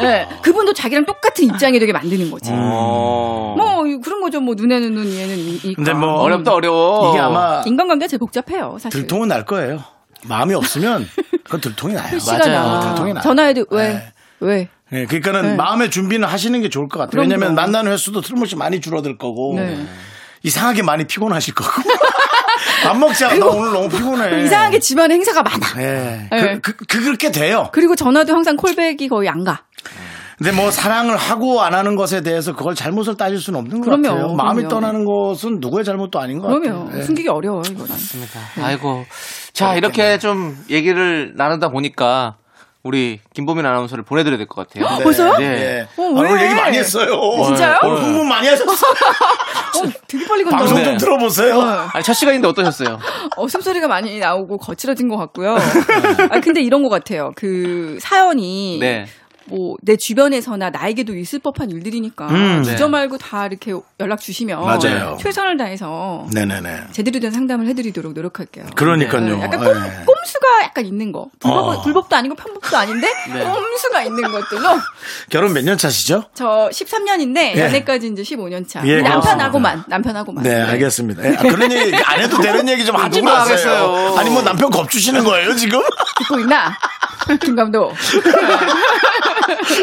F: 예, 그분도 자기랑 똑같은 입장이 되게 만드는 거지.
B: 음.
A: 음.
B: 어.
F: 뭐 이- 그런 거죠. 뭐 눈에는 눈, 얘는 이. 이니까.
A: 근데 뭐
B: 어렵다 어려워
A: 이게 아마
F: 인간관계 가 제일 복잡해요. 사실.
A: 들통은 날 거예요. 마음이 없으면 그건 들통이 나요.
F: 시간
B: 맞아요.
F: 나.
A: 들통이 나요.
F: 전화해도 왜
A: 네.
F: 왜.
A: 예, 그러니까는
F: 네.
A: 마음의 준비는 하시는 게 좋을 것 같아요.
F: 그럼요.
A: 왜냐하면 만나는 횟수도 틀림없이 많이 줄어들 거고
F: 네.
A: 이상하게 많이 피곤하실 거고 밥 먹자. 나 오늘 너무 피곤해.
F: 이상하게 집안에 행사가 많아.
A: 예.
F: 예.
A: 그, 그, 그, 그렇게 돼요.
F: 그리고 전화도 항상 콜백이 거의 안 가.
A: 근데 뭐 사랑을 하고 안 하는 것에 대해서 그걸 잘못을 따질 수는 없는 것
F: 그럼요,
A: 같아요. 마음이
F: 그럼요.
A: 떠나는 것은 누구의 잘못도 아닌 것
F: 그러면
A: 같아요. 예.
F: 숨기기 어려워요, 이거는.
A: 네.
B: 아이고. 자, 이렇게 좀 얘기를 나누다 보니까 우리 김보민 아나운서를 보내드려야 될 것 같아요.
A: 네.
F: 벌써요?
B: 네.
A: 예.
F: 어,
A: 아,
F: 왜?
A: 오늘 얘기 많이 했어요.
F: 진짜요?
A: 오늘 흥분 많이 하셨어요.
F: 어, 되게 빨리 간다.
A: 방송
B: 네.
A: 좀 들어보세요.
B: 아니, 첫 시간인데 어떠셨어요?
F: 어, 숨소리가 많이 나오고 거칠어진 것 같고요. 아, 근데 이런 것 같아요. 그 사연이
B: 네.
F: 뭐 내 주변에서나 나에게도 있을 법한 일들이니까
A: 음,
F: 주저 말고 다 이렇게 연락 주시면
A: 맞아요.
F: 최선을 다해서
A: 네네네.
F: 제대로 된 상담을 해드리도록 노력할게요.
A: 그러니까요.
F: 네, 약간 꼼,
A: 예.
F: 수가 약간 있는 거. 불법,
A: 어.
F: 불법도 아니고 편법도 아닌데
B: 네.
F: 꼼수가 있는 것들로
A: 결혼 몇 년 차시죠?
F: 저 13년인데
A: 예.
F: 연애까지 이제 15년 차.
A: 예,
F: 남편하고만 남편하고만.
A: 네, 알겠습니다. 예, 아, 그런 얘기 안 해도 되는 얘기 좀 하지
B: 누구나
A: 마세요.
B: 하겠어요.
A: 아니 뭐 남편 겁주시는 거예요 지금?
F: 듣고 있나? 김 감독.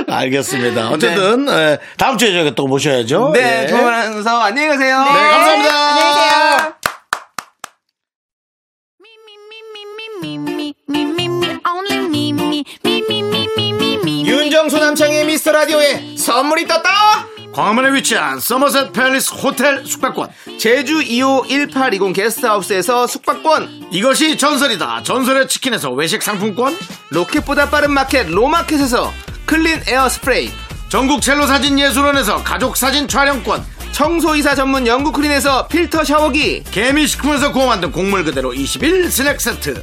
A: 알겠습니다. 어쨌든 예, 다음 주에 저희가 또 모셔야죠.
B: 네,
A: 예.
B: 조만 아나운서 안녕히 가세요.
A: 네, 감사합니다.
E: 윤정수 남창의 미스터 라디오에 선물이 떴다.
A: 광화문에 위치한 서머셋 팰리스 호텔 숙박권.
B: 제주 2호 1820 게스트하우스에서 숙박권,
A: 이것이 전설이다. 전설의 치킨에서 외식 상품권.
B: 로켓보다 빠른 마켓 로마켓에서 클린 에어 스프레이,
A: 전국 첼로 사진 예술원에서 가족 사진 촬영권.
B: 청소이사 전문 영국 크린에서 필터 샤워기,
A: 개미식품에서 구워 만든 곡물 그대로 21 스낵 세트.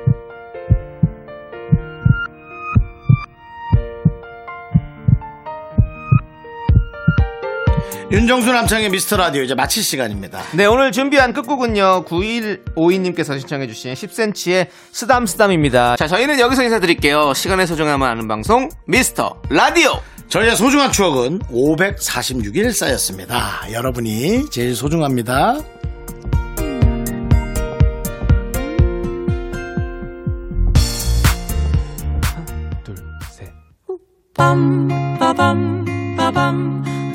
A: 윤정수 남창의 미스터 라디오 이제 마칠 시간입니다.
B: 네, 오늘 준비한 끝곡은요. 9152님께서 신청해주신 10cm의 쓰담쓰담입니다. 자, 저희는 여기서 인사드릴게요. 시간의 소중함을 아는 방송, 미스터 라디오!
A: 저희의 소중한 추억은 546일 쌓였습니다. 여러분이 제일 소중합니다.